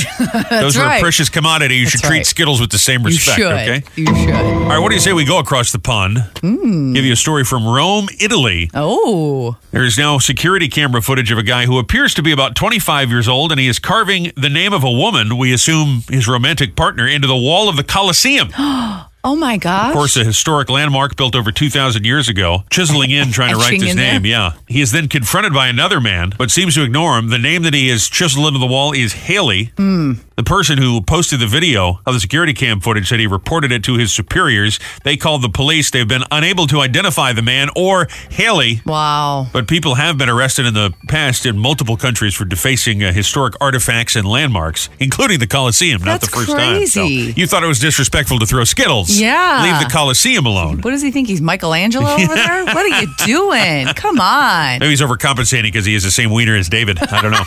[SPEAKER 2] Those are a
[SPEAKER 4] right.
[SPEAKER 2] precious commodity. You should treat
[SPEAKER 4] right.
[SPEAKER 2] Skittles with the same
[SPEAKER 4] You
[SPEAKER 2] respect.
[SPEAKER 4] should.
[SPEAKER 2] Okay.
[SPEAKER 4] You should.
[SPEAKER 2] All right. What do you say we go across the pond?
[SPEAKER 4] Hmm.
[SPEAKER 2] Give you a story from Rome, Italy.
[SPEAKER 4] Oh.
[SPEAKER 2] There is now security camera footage of a guy who appears to be about 25 years old, and he is carving the name of a woman, we assume his romantic partner, into the wall of the Colosseum. Of
[SPEAKER 4] Oh my gosh.
[SPEAKER 2] course, a historic landmark built over 2,000 years ago, chiseling in, trying to write
[SPEAKER 4] Etching
[SPEAKER 2] his
[SPEAKER 4] in
[SPEAKER 2] name.
[SPEAKER 4] there.
[SPEAKER 2] Yeah. He is then confronted by another man, but seems to ignore him. The name that he is chiseled into the wall is Haley.
[SPEAKER 4] Hmm.
[SPEAKER 2] The person who posted the video of the security cam footage said he reported it to his superiors. They called the police. They've been unable to identify the man or Haley.
[SPEAKER 4] Wow.
[SPEAKER 2] But people have been arrested in the past in multiple countries for defacing uh, historic artifacts and landmarks, including the Colosseum. Not the
[SPEAKER 4] That's
[SPEAKER 2] first time.
[SPEAKER 4] crazy.
[SPEAKER 2] So you thought it was disrespectful to throw Skittles?
[SPEAKER 4] Yeah.
[SPEAKER 2] Leave the Colosseum alone.
[SPEAKER 4] What does he think? He's Michelangelo over there? What are you doing? Come on.
[SPEAKER 2] Maybe he's overcompensating because he is the same wiener as David. I don't know.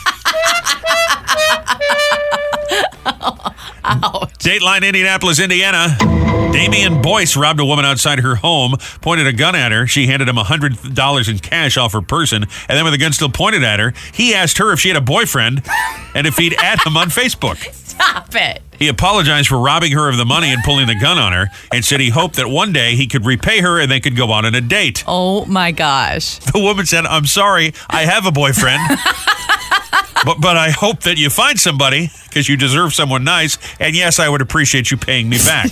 [SPEAKER 2] Dateline Indianapolis, Indiana. Damian Boyce robbed a woman outside her home, pointed a gun at her. She handed him $100 in cash off her person, and then with the gun still pointed at her, he asked her if she had a boyfriend and if he'd add him on Facebook.
[SPEAKER 4] Stop it.
[SPEAKER 2] He apologized for robbing her of the money and pulling the gun on her and said he hoped that one day he could repay her and they could go out on a date.
[SPEAKER 4] Oh my gosh.
[SPEAKER 2] The woman said, I'm sorry, I have a boyfriend. but, but I hope that you find somebody because you deserve someone nice. And yes, I would appreciate you paying me back.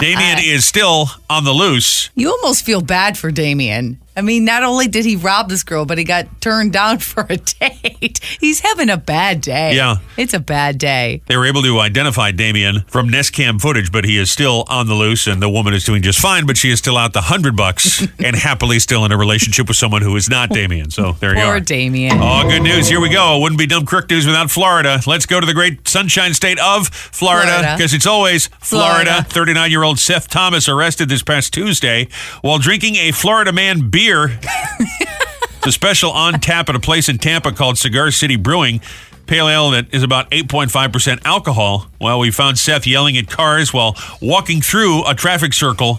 [SPEAKER 2] Damien is still on the loose.
[SPEAKER 4] You almost feel bad for Damien. I mean, not only did he rob this girl, but he got turned down for a date. He's having a bad day.
[SPEAKER 2] Yeah.
[SPEAKER 4] It's a bad day.
[SPEAKER 2] They were able to identify Damien from Nest Cam footage, but he is still on the loose, and the woman is doing just fine, but she is still out the hundred bucks and happily still in a relationship with someone who is not Damien. So there you
[SPEAKER 4] Poor
[SPEAKER 2] are.
[SPEAKER 4] Damien.
[SPEAKER 2] Oh, good news. Here we go. Wouldn't be dumb crook news without Florida. Let's go to the great sunshine state of Florida
[SPEAKER 4] Florida.
[SPEAKER 2] because it's always Florida.
[SPEAKER 4] Florida.
[SPEAKER 2] 39 year old Seth Thomas arrested this past Tuesday while drinking a Florida man beer. it's a special on tap at a place in Tampa called Cigar City Brewing. Pale ale that is about 8.5% alcohol. Well, we found Seth yelling at cars while walking through a traffic circle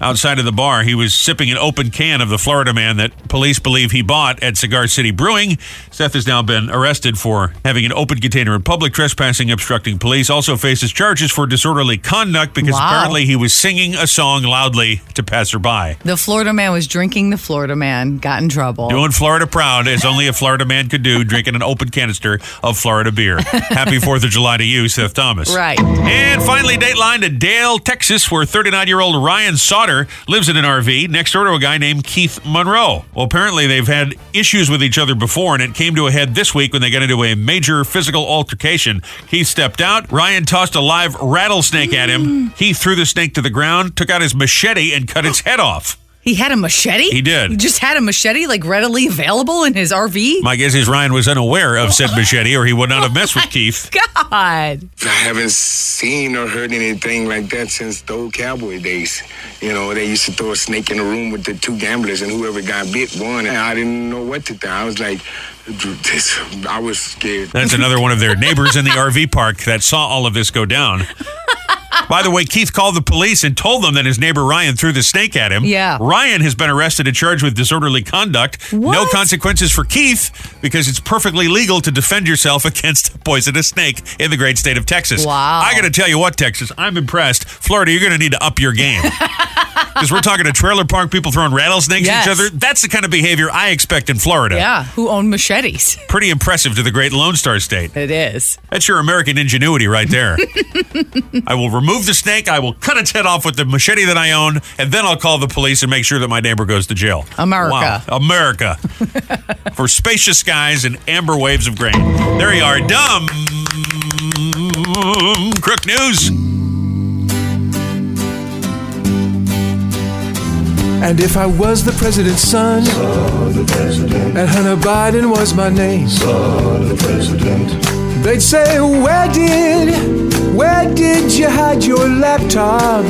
[SPEAKER 2] outside of the bar. He was sipping an open can of the Florida man that police believe he bought at Cigar City Brewing. Seth has now been arrested for having an open container in public, trespassing, obstructing police. Also faces charges for disorderly conduct because
[SPEAKER 4] Wow.
[SPEAKER 2] apparently he was singing a song loudly to passerby.
[SPEAKER 4] The Florida man was drinking the Florida man, got in trouble.
[SPEAKER 2] Doing Florida proud as only a Florida man could do, drinking an open canister of Florida beer. Happy 4th of July to you, Seth Thomas.
[SPEAKER 4] Right.
[SPEAKER 2] And finally, Dateline to Dale, Texas, where 39 year old Ryan Sauter lives in an RV next door to a guy named Keith Monroe. Well, apparently, they've had issues with each other before, and it came to a head this week when they got into a major physical altercation. Keith stepped out. Ryan tossed a live rattlesnake at him. He threw the snake to the ground, took out his machete, and cut its head off.
[SPEAKER 4] He had a machete?
[SPEAKER 2] He did.
[SPEAKER 4] He just had a machete, like readily available in his RV?
[SPEAKER 2] My guess is Ryan was unaware of said machete, or he would not have messed with Keith.
[SPEAKER 4] God.
[SPEAKER 5] I haven't seen or heard anything like that since the old cowboy days. You know, they used to throw a snake in the room with the two gamblers, and whoever got bit won. And I didn't know what to do. I was like, this, I was scared.
[SPEAKER 2] That's another one of their neighbors in the RV park that saw all of this go down. By the way, Keith called the police and told them that his neighbor Ryan threw the snake at him.
[SPEAKER 4] Yeah.
[SPEAKER 2] Ryan has been arrested and charged with disorderly conduct. No
[SPEAKER 4] What?
[SPEAKER 2] consequences for Keith because it's perfectly legal to defend yourself against a poisonous snake in the great state of Texas.
[SPEAKER 4] Wow.
[SPEAKER 2] I got to tell you what, Texas, I'm impressed. Florida, you're going to need to up your game. Because we're talking to trailer park people throwing rattlesnakes at each
[SPEAKER 4] Yes.
[SPEAKER 2] other. That's the kind of behavior I expect in Florida.
[SPEAKER 4] Yeah, who own machetes?
[SPEAKER 2] Pretty impressive to the great Lone Star State.
[SPEAKER 4] It is.
[SPEAKER 2] That's your American ingenuity right there. I will remove the snake. I will cut its head off with the machete that I own, and then I'll call the police and make sure that my neighbor goes to jail.
[SPEAKER 4] America.
[SPEAKER 2] Wow. America. For spacious skies and amber waves of grain. There you are. Dumb. Crook news.
[SPEAKER 6] And if I was the president's son, and Hunter Biden was my name, they'd say, Where did, where did you hide your laptop?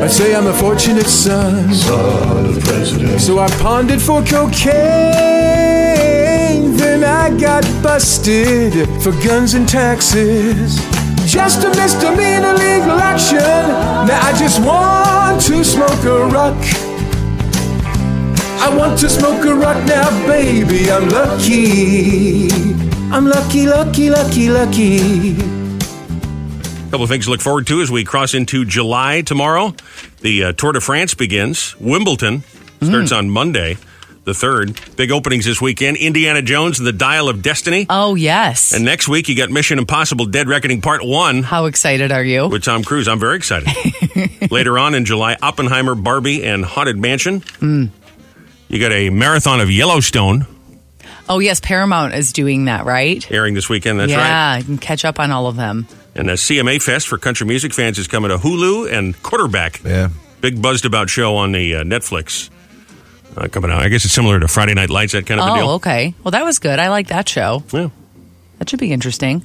[SPEAKER 6] I'd say I'm a fortunate son, so I pawned it for cocaine. Then I got busted for guns and taxes. Just a misdemeanor legal action. Now I just want to smoke a rock. I want to smoke a rock now, baby. I'm lucky. I'm lucky, lucky, lucky, lucky.
[SPEAKER 2] A couple of things to look forward to as we cross into July tomorrow. The uh, Tour de France begins. Wimbledon starts on Monday, the 3rd. Big openings this weekend Indiana Jones and the Dial of Destiny.
[SPEAKER 4] Oh, yes.
[SPEAKER 2] And next week, you got Mission Impossible Dead Reckoning Part 1
[SPEAKER 4] How excited are you?
[SPEAKER 2] with Tom Cruise. I'm very excited. Later on in July, Oppenheimer, Barbie, and Haunted Mansion.
[SPEAKER 4] Hmm.
[SPEAKER 2] You got a marathon of Yellowstone
[SPEAKER 4] Oh, yes, Paramount is doing that, right?
[SPEAKER 2] airing this weekend. That's right.
[SPEAKER 4] yeah, you can catch up on all of them.
[SPEAKER 2] And the CMA Fest for country music fans is coming to Hulu and Quarterback.
[SPEAKER 3] Yeah.
[SPEAKER 2] Big buzzed about show on the uh, Netflix uh, coming out. I guess it's similar to Friday Night Lights, that kind of a deal.
[SPEAKER 4] Oh, okay. Well, that was good. I like that show.
[SPEAKER 2] Yeah.
[SPEAKER 4] That should be interesting.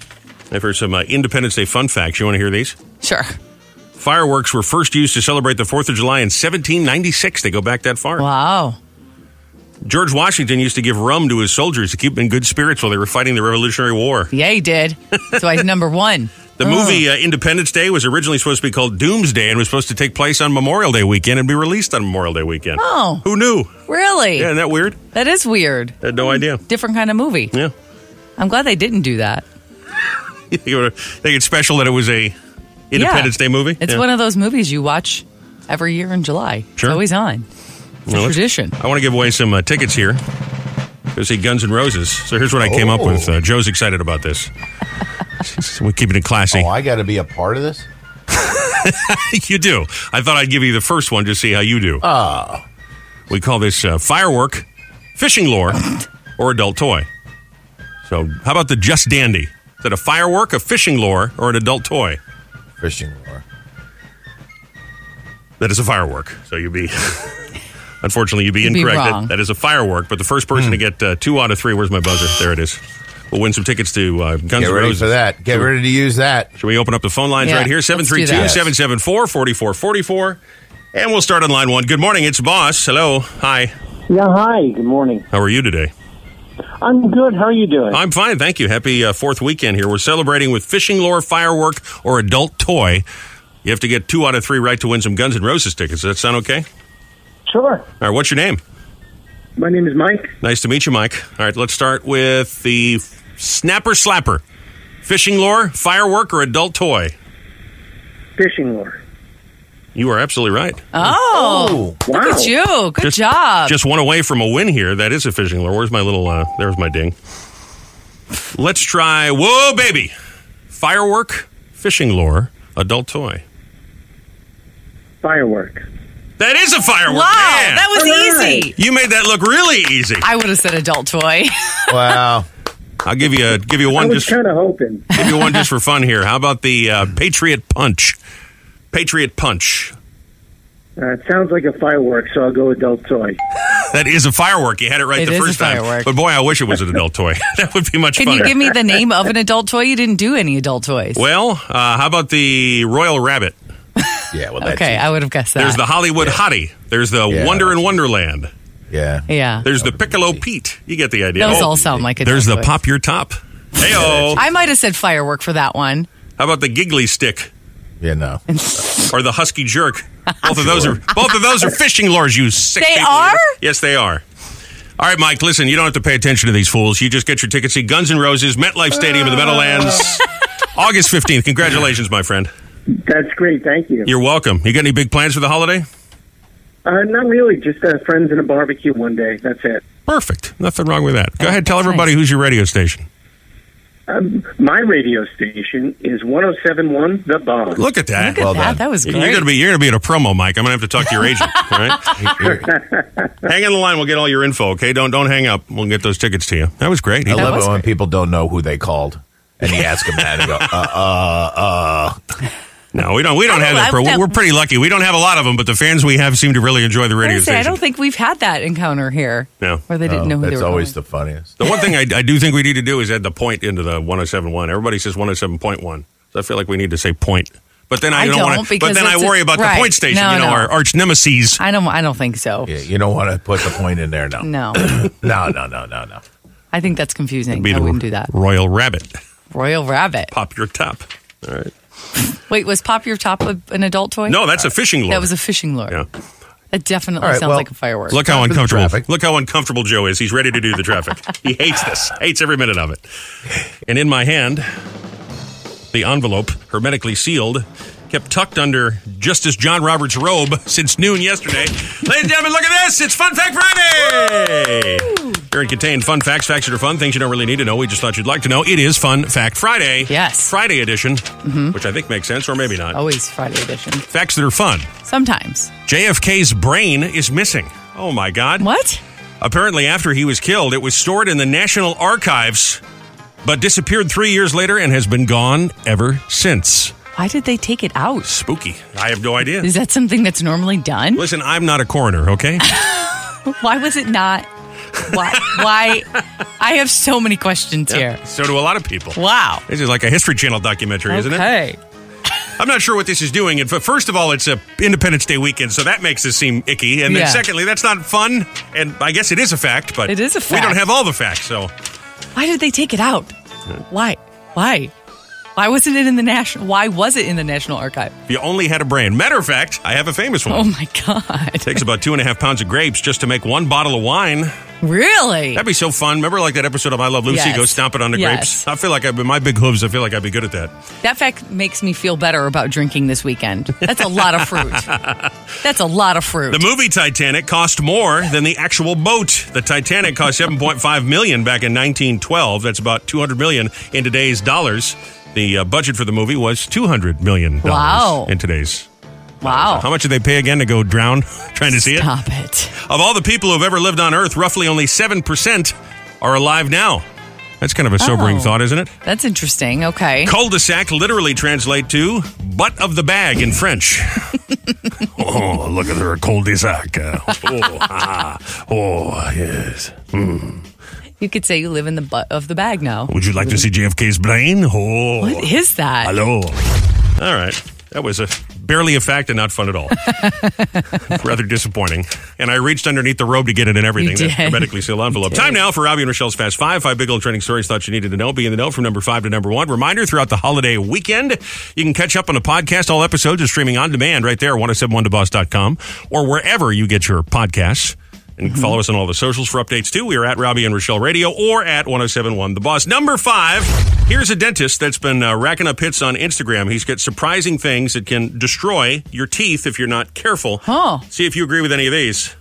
[SPEAKER 2] I've heard some uh, Independence Day fun facts. You want to hear these?
[SPEAKER 4] Sure.
[SPEAKER 2] Fireworks were first used to celebrate the 4th of July in 1796. They go back that far.
[SPEAKER 4] Wow.
[SPEAKER 2] George Washington used to give rum to his soldiers to keep them in good spirits while they were fighting the Revolutionary War.
[SPEAKER 4] Yeah, he did. So he's number one.
[SPEAKER 2] The movie uh, Independence Day was originally supposed to be called Doomsday and was supposed to take place on Memorial Day weekend and be released on Memorial Day weekend.
[SPEAKER 4] Oh.
[SPEAKER 2] Who knew?
[SPEAKER 4] Really?
[SPEAKER 2] Yeah, isn't that weird?
[SPEAKER 4] That is weird.
[SPEAKER 2] I had no idea.
[SPEAKER 4] Different kind of movie.
[SPEAKER 2] Yeah.
[SPEAKER 4] I'm glad they didn't do that.
[SPEAKER 2] you would think it's special that it was a Independence Day movie?
[SPEAKER 4] It's
[SPEAKER 2] Yeah.
[SPEAKER 4] one of those movies you watch every year in July.
[SPEAKER 2] Sure.
[SPEAKER 4] It's always on. It's
[SPEAKER 2] Well,
[SPEAKER 4] a
[SPEAKER 2] let's-
[SPEAKER 4] tradition.
[SPEAKER 2] I want to give away some uh, tickets here. Go see Guns N' Roses. So here's what I came up
[SPEAKER 3] Oh.
[SPEAKER 2] with. Uh, Joe's excited about this. So We're keeping it classy.
[SPEAKER 3] Oh, I got to be a part of this?
[SPEAKER 2] you do. I thought I'd give you the first one to see how you do. Oh. We call this uh, firework, fishing lure, or adult toy. So how about the Just Dandy? Is that a firework, a fishing lure, or an adult toy?
[SPEAKER 3] Fishing lure.
[SPEAKER 2] That is a firework. So you'd be, unfortunately, you'd be
[SPEAKER 4] You'd be
[SPEAKER 2] incorrect.
[SPEAKER 4] wrong.
[SPEAKER 2] that, that is a firework. But the first person to get uh, two out of three, where's my buzzer? There it is. We'll win some tickets to uh, Guns
[SPEAKER 3] Get
[SPEAKER 2] N'
[SPEAKER 3] ready
[SPEAKER 2] Roses.
[SPEAKER 3] for that. Get ready to use that.
[SPEAKER 2] Should we open up the phone lines
[SPEAKER 4] Yeah,
[SPEAKER 2] right here?
[SPEAKER 4] let's do
[SPEAKER 2] 732
[SPEAKER 4] that.
[SPEAKER 2] 774 4444. And we'll start on line one. Good morning. It's Boss. Hello. Hi.
[SPEAKER 7] Yeah, hi. Good morning.
[SPEAKER 2] How are you today?
[SPEAKER 7] I'm good. How are you doing?
[SPEAKER 4] Uh,
[SPEAKER 2] I'm fine. Thank you. Happy uh, fourth weekend here. We're celebrating with fishing lure, firework, or adult toy. You have to get two out of three right to win some Guns N' Roses tickets. Does that sound okay?
[SPEAKER 7] sure.
[SPEAKER 2] All right. What's your name?
[SPEAKER 7] My name is Mike.
[SPEAKER 2] Nice to meet you, Mike. All right, let's start with the snapper slapper. Fishing lure, firework, or adult toy?
[SPEAKER 7] Fishing lure.
[SPEAKER 2] You are absolutely right.
[SPEAKER 4] Oh,
[SPEAKER 7] Wow.
[SPEAKER 4] look at you. Good
[SPEAKER 2] Just-
[SPEAKER 4] job.
[SPEAKER 2] Just one away from a win here. That is a fishing lure. Where's my little, uh, there's my ding. Let's try, whoa, baby. Firework, fishing lure, adult toy.
[SPEAKER 7] Firework.
[SPEAKER 2] That is a firework.
[SPEAKER 4] wow,
[SPEAKER 2] man.
[SPEAKER 4] that was
[SPEAKER 7] Alright.
[SPEAKER 4] easy.
[SPEAKER 2] you made that look really easy.
[SPEAKER 4] I would have said adult toy.
[SPEAKER 3] Wow.
[SPEAKER 2] I'll give you a give you
[SPEAKER 7] I
[SPEAKER 2] one
[SPEAKER 7] was
[SPEAKER 2] just
[SPEAKER 7] kind of hoping.
[SPEAKER 2] give you one just for fun here. How about the uh, Patriot Punch? Patriot Punch.
[SPEAKER 7] Uh, it sounds like a firework, so I'll go adult toy.
[SPEAKER 2] That is a firework. You had it right
[SPEAKER 4] It
[SPEAKER 2] the
[SPEAKER 4] is a
[SPEAKER 2] first time.
[SPEAKER 4] firework.
[SPEAKER 2] But boy, I wish it was an adult toy. that would be much
[SPEAKER 4] Can
[SPEAKER 2] funnier.
[SPEAKER 4] you give me the name of an adult toy? You didn't do any adult toys.
[SPEAKER 2] well, uh, how about the Royal Rabbit?
[SPEAKER 3] Yeah, well, that's
[SPEAKER 4] okay,
[SPEAKER 3] it.
[SPEAKER 4] I would have guessed that.
[SPEAKER 2] There's the Hollywood Hottie. There's the
[SPEAKER 3] Yeah,
[SPEAKER 2] Wonder
[SPEAKER 3] that's
[SPEAKER 2] in
[SPEAKER 3] easy.
[SPEAKER 2] Wonderland.
[SPEAKER 3] Yeah.
[SPEAKER 4] yeah.
[SPEAKER 2] There's the
[SPEAKER 3] would be
[SPEAKER 2] Piccolo
[SPEAKER 3] easy.
[SPEAKER 2] Pete. You get the idea.
[SPEAKER 4] Those
[SPEAKER 2] Oh,
[SPEAKER 4] all sound like adult
[SPEAKER 2] There's the
[SPEAKER 4] toys.
[SPEAKER 2] Pop Your Top. Heyo.
[SPEAKER 4] I might have said firework for that one.
[SPEAKER 2] How about the Giggly Stick?
[SPEAKER 3] Yeah, no.
[SPEAKER 2] or the husky jerk. Both of those are both of those are fishing lures. You sick.
[SPEAKER 4] They
[SPEAKER 2] people.
[SPEAKER 4] are?
[SPEAKER 2] Yes, they are. All right, Mike. Listen, you don't have to pay attention to these fools. You just get your tickets. See Guns N' Roses, MetLife Stadium in the Meadowlands, August fifteenth. Congratulations, my friend.
[SPEAKER 7] That's great. Thank you.
[SPEAKER 2] You're welcome. You got any big plans for the holiday?
[SPEAKER 7] Uh, not really. Just uh, friends and a barbecue one day. That's it.
[SPEAKER 2] Perfect. Nothing wrong with that. Go ahead. Tell everybody who's your radio station.
[SPEAKER 7] Um, my radio station is 1071 The Bomb.
[SPEAKER 2] Look at Oh, that.
[SPEAKER 4] Look at
[SPEAKER 3] Well
[SPEAKER 4] that.
[SPEAKER 3] done.
[SPEAKER 4] That was
[SPEAKER 2] You're
[SPEAKER 4] great.
[SPEAKER 2] gonna be you're gonna be in a promo, Mike. I'm gonna have to talk to your agent. All right. hang on the line. We'll get all your info. Okay. Don't don't hang up. We'll get those tickets to you. That was great.
[SPEAKER 3] I love
[SPEAKER 4] was
[SPEAKER 3] it when people don't know who they called. And you ask them that and go, uh, uh, uh.
[SPEAKER 2] No, we don't. We don't
[SPEAKER 4] I
[SPEAKER 2] have
[SPEAKER 4] don't-
[SPEAKER 2] that.
[SPEAKER 4] I
[SPEAKER 2] pro-
[SPEAKER 4] don't-
[SPEAKER 2] We're pretty lucky. We don't have a lot of them, but the fans we have seem to really enjoy the radio
[SPEAKER 4] I, say, I
[SPEAKER 2] station. Oh,
[SPEAKER 4] don't think we've had that encounter here.
[SPEAKER 2] No.
[SPEAKER 4] Where they didn't know who they
[SPEAKER 3] Oh, That's
[SPEAKER 4] were.
[SPEAKER 3] always
[SPEAKER 4] calling.
[SPEAKER 3] the funniest.
[SPEAKER 2] the one thing I, I do think we need to do is add the point into the 107.1. Everybody says 107.1, so I feel like we need to say point. But then I,
[SPEAKER 4] I
[SPEAKER 2] don't,
[SPEAKER 4] don't,
[SPEAKER 2] want to. But
[SPEAKER 4] because
[SPEAKER 2] then I
[SPEAKER 4] it's a-
[SPEAKER 2] worry about the
[SPEAKER 4] right.
[SPEAKER 2] point station.
[SPEAKER 4] No,
[SPEAKER 2] you know,
[SPEAKER 4] no.
[SPEAKER 2] our arch nemesis.
[SPEAKER 4] I don't. I don't think so.
[SPEAKER 3] Yeah, you don't want to put the point in there, no.
[SPEAKER 4] No,
[SPEAKER 3] No, no, no, no, no.
[SPEAKER 4] I think that's confusing.
[SPEAKER 2] Be
[SPEAKER 4] I
[SPEAKER 2] the
[SPEAKER 4] wouldn't do that.
[SPEAKER 2] Royal Rabbit.
[SPEAKER 4] Royal Rabbit.
[SPEAKER 2] Pop your top. All right.
[SPEAKER 4] Wait, was Pop Your Top a, an adult toy?
[SPEAKER 2] No, that's a fishing lure.
[SPEAKER 4] that was a fishing lure.
[SPEAKER 2] Yeah.
[SPEAKER 4] That definitely
[SPEAKER 3] All right,
[SPEAKER 4] sounds
[SPEAKER 3] well,
[SPEAKER 4] like a firework.
[SPEAKER 2] Look how
[SPEAKER 3] for the
[SPEAKER 2] uncomfortable.
[SPEAKER 3] traffic.
[SPEAKER 2] Look how uncomfortable Joe is. He's ready to do the traffic. he hates this. Hates every minute of it. And in my hand, the envelope, hermetically sealed, kept tucked under Justice John Roberts' robe since noon yesterday. Ladies and gentlemen, look at this. It's Fun Fact Friday. Here it contained fun facts, facts that are fun, things you don't really need to know. We just thought you'd like to know. It is Fun Fact Friday.
[SPEAKER 4] Yes. Oh.
[SPEAKER 2] Friday edition, which I think makes sense, or maybe not.
[SPEAKER 4] Always Friday edition.
[SPEAKER 2] Facts that are fun.
[SPEAKER 4] Sometimes.
[SPEAKER 2] JFK's brain is missing. Oh my God.
[SPEAKER 4] What?
[SPEAKER 2] Apparently, after he was killed, it was stored in the National Archives, but disappeared three years later and has been gone ever since.
[SPEAKER 4] Why did they take it out?
[SPEAKER 2] Spooky. I have no idea.
[SPEAKER 4] Is that something that's normally done?
[SPEAKER 2] Listen, I'm not a coroner, okay?
[SPEAKER 4] Why was it not? Why? why? I have so many questions here.
[SPEAKER 2] So do a lot of people.
[SPEAKER 4] Wow.
[SPEAKER 2] This is like a History Channel documentary, isn't it?
[SPEAKER 4] okay.
[SPEAKER 2] I'm not sure what this is doing. And f- first of all, it's a Independence Day weekend, so that makes this seem icky. And then
[SPEAKER 4] Yeah.
[SPEAKER 2] secondly, that's not fun. And I guess it is a fact, but
[SPEAKER 4] It is a
[SPEAKER 2] we don't
[SPEAKER 4] fact.
[SPEAKER 2] have all the facts. So
[SPEAKER 4] Why did they take it out? Why? Why? Why wasn't it in the national? Why was it in the National Archive?
[SPEAKER 2] if you only had a brain. Matter of fact, I have a famous one.
[SPEAKER 4] Oh my god!
[SPEAKER 2] Takes about two and a half pounds of grapes just to make one bottle of wine.
[SPEAKER 4] Really?
[SPEAKER 2] That'd be so fun. Remember, like that episode of I Love Lucy?
[SPEAKER 4] Yes.
[SPEAKER 2] Go stomp it on the
[SPEAKER 4] Yes.
[SPEAKER 2] grapes. I feel like I've been my big hooves. I feel like I'd be good at that.
[SPEAKER 4] That fact makes me feel better about drinking this weekend. That's a lot of fruit. That's a lot of fruit.
[SPEAKER 2] The movie Titanic cost more than the actual boat. The Titanic cost 7.5 million back in 1912. That's about 200 million in today's dollars. The uh, budget for the movie was 200 million dollars
[SPEAKER 4] Wow.
[SPEAKER 2] in today's. How
[SPEAKER 4] wow.
[SPEAKER 2] much did they pay again to go drown trying to see it?
[SPEAKER 4] Stop it.
[SPEAKER 2] Of all the people who've ever lived on Earth, roughly only 7% are alive now. That's kind of a sobering
[SPEAKER 4] Oh.
[SPEAKER 2] thought, isn't it?
[SPEAKER 4] That's interesting. Okay.
[SPEAKER 2] Cul-de-sac literally translate to butt of the bag in French. oh, look at her cul-de-sac. Uh, oh, ah, oh, yes.
[SPEAKER 4] You could say you live in the butt of the bag now.
[SPEAKER 2] Would you like to see JFK's brain? Oh,
[SPEAKER 4] What is that?
[SPEAKER 2] hello. All right. That was a barely a fact and not fun at all. Rather disappointing. And I reached underneath the robe to get it and everything.
[SPEAKER 4] You
[SPEAKER 2] That
[SPEAKER 4] did.
[SPEAKER 2] hermetically sealed envelope. Time now for Robbie and Rochelle's Fast Five. Five big old trending stories thought you needed to know. Be in the know from number five to number one. Reminder throughout the holiday weekend, you can catch up on the podcast. All episodes are streaming on demand right there, 1071deboss.com or wherever you get your podcasts. And follow us on all the socials for updates too. We are at Robbie and Rochelle Radio or at 1071 The Boss. Number five, here's a dentist that's been uh, racking up hits on Instagram. He's got surprising things that can destroy your teeth if you're not careful.
[SPEAKER 4] Huh.
[SPEAKER 2] See if you agree with any of these.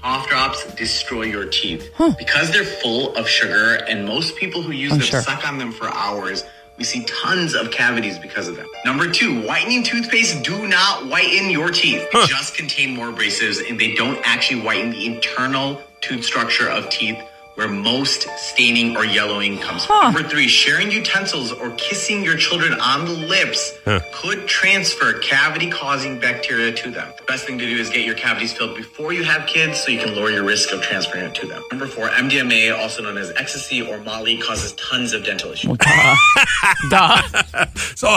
[SPEAKER 8] Cough drops destroy your teeth because they're full of sugar, and most people who use
[SPEAKER 4] I'm
[SPEAKER 8] them
[SPEAKER 4] sure.
[SPEAKER 8] suck on them for hours. We see tons of cavities because of them. Number two, whitening toothpaste do not whiten your teeth. They just contain more abrasives, and they don't actually whiten the internal tooth structure of teeth where most staining or yellowing comes from.
[SPEAKER 4] Huh.
[SPEAKER 8] Number three, sharing utensils or kissing your children on the lips could transfer cavity causing bacteria to them. The best thing to do is get your cavities filled before you have kids so you can lower your risk of transferring it to them. Number four, MDMA, also known as ecstasy or Molly, causes tons of dental issues.
[SPEAKER 2] So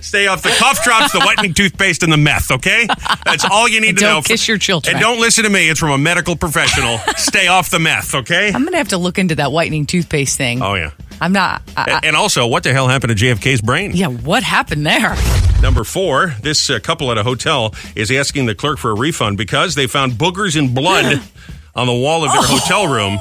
[SPEAKER 2] stay off the cough drops, the whitening toothpaste, and the meth, okay? That's all you need
[SPEAKER 4] And
[SPEAKER 2] to know.
[SPEAKER 4] don't kiss your children.
[SPEAKER 2] And don't listen to me. It's from a medical professional. stay off the meth, okay?
[SPEAKER 4] I'm gonna have to look into that whitening toothpaste thing.
[SPEAKER 2] Oh, yeah.
[SPEAKER 4] I'm not. I, I,
[SPEAKER 2] And also, what the hell happened to JFK's brain?
[SPEAKER 4] yeah, what happened there?
[SPEAKER 2] Number four, this uh, couple at a hotel is asking the clerk for a refund because they found boogers and blood on the wall of their
[SPEAKER 4] Oh.
[SPEAKER 2] hotel room.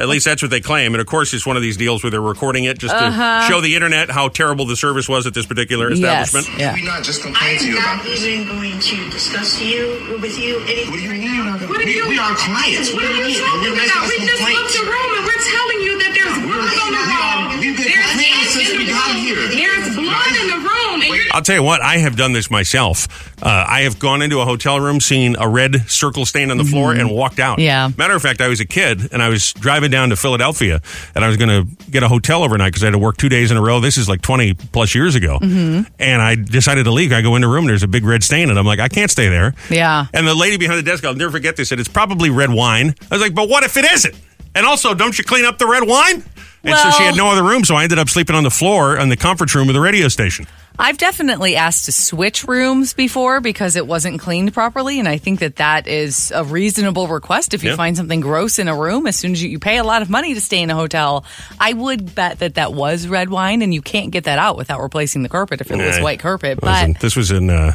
[SPEAKER 2] At least that's what they claim. And of course, it's one of these deals where they're recording it just to show the internet how terrible the service was at this particular
[SPEAKER 4] Uh-huh. Yes.
[SPEAKER 2] establishment.
[SPEAKER 4] Yeah.
[SPEAKER 5] We not just
[SPEAKER 9] I
[SPEAKER 5] complain to
[SPEAKER 9] am
[SPEAKER 5] you about
[SPEAKER 9] not
[SPEAKER 5] this.
[SPEAKER 9] even going to discuss to you with you anything
[SPEAKER 5] What do you
[SPEAKER 9] right
[SPEAKER 5] mean you're
[SPEAKER 9] now.
[SPEAKER 5] not gonna- We- we are clients. What do you
[SPEAKER 9] are
[SPEAKER 5] mean?
[SPEAKER 9] talking
[SPEAKER 5] We're making
[SPEAKER 9] about? We just
[SPEAKER 5] complaints.
[SPEAKER 9] booked a room and we're telling you that there's
[SPEAKER 5] We're-
[SPEAKER 9] blood on the
[SPEAKER 5] we
[SPEAKER 9] wall.
[SPEAKER 5] are- we've been
[SPEAKER 9] There's
[SPEAKER 5] complaining
[SPEAKER 9] ink
[SPEAKER 5] since
[SPEAKER 9] in
[SPEAKER 5] we
[SPEAKER 9] the
[SPEAKER 5] got
[SPEAKER 9] room.
[SPEAKER 5] here.
[SPEAKER 9] There's blood in the room, and you're
[SPEAKER 2] I'll tell you what, I have done this myself. Uh, I have gone into a hotel room, seen a red circle stain on the floor, and walked out.
[SPEAKER 4] Yeah.
[SPEAKER 2] Matter of fact, I was a kid and I was driving down to Philadelphia and I was going to get a hotel overnight because I had to work two days in a row. This is like 20 plus years ago.
[SPEAKER 4] Mm-hmm.
[SPEAKER 2] And I decided to leave. I go into a room, there's a big red stain, and I'm like, I can't stay there.
[SPEAKER 4] Yeah.
[SPEAKER 2] And the lady behind the desk, I'll never forget this, said, It's probably red wine. I was like, But what if it isn't? And also, don't you clean up the red wine? And so she
[SPEAKER 4] Well-
[SPEAKER 2] had no other room, so I ended up sleeping on the floor in the conference room of the radio station.
[SPEAKER 4] I've definitely asked to switch rooms before because it wasn't cleaned properly, and I think that that is a reasonable request. If you
[SPEAKER 2] Yeah.
[SPEAKER 4] find something gross in a room, as soon as you, you pay a lot of money to stay in a hotel, I would bet that that was red wine, and you can't get that out without replacing the carpet if it was
[SPEAKER 2] Nah.
[SPEAKER 4] white carpet.
[SPEAKER 2] Listen,
[SPEAKER 4] But
[SPEAKER 2] this was in uh,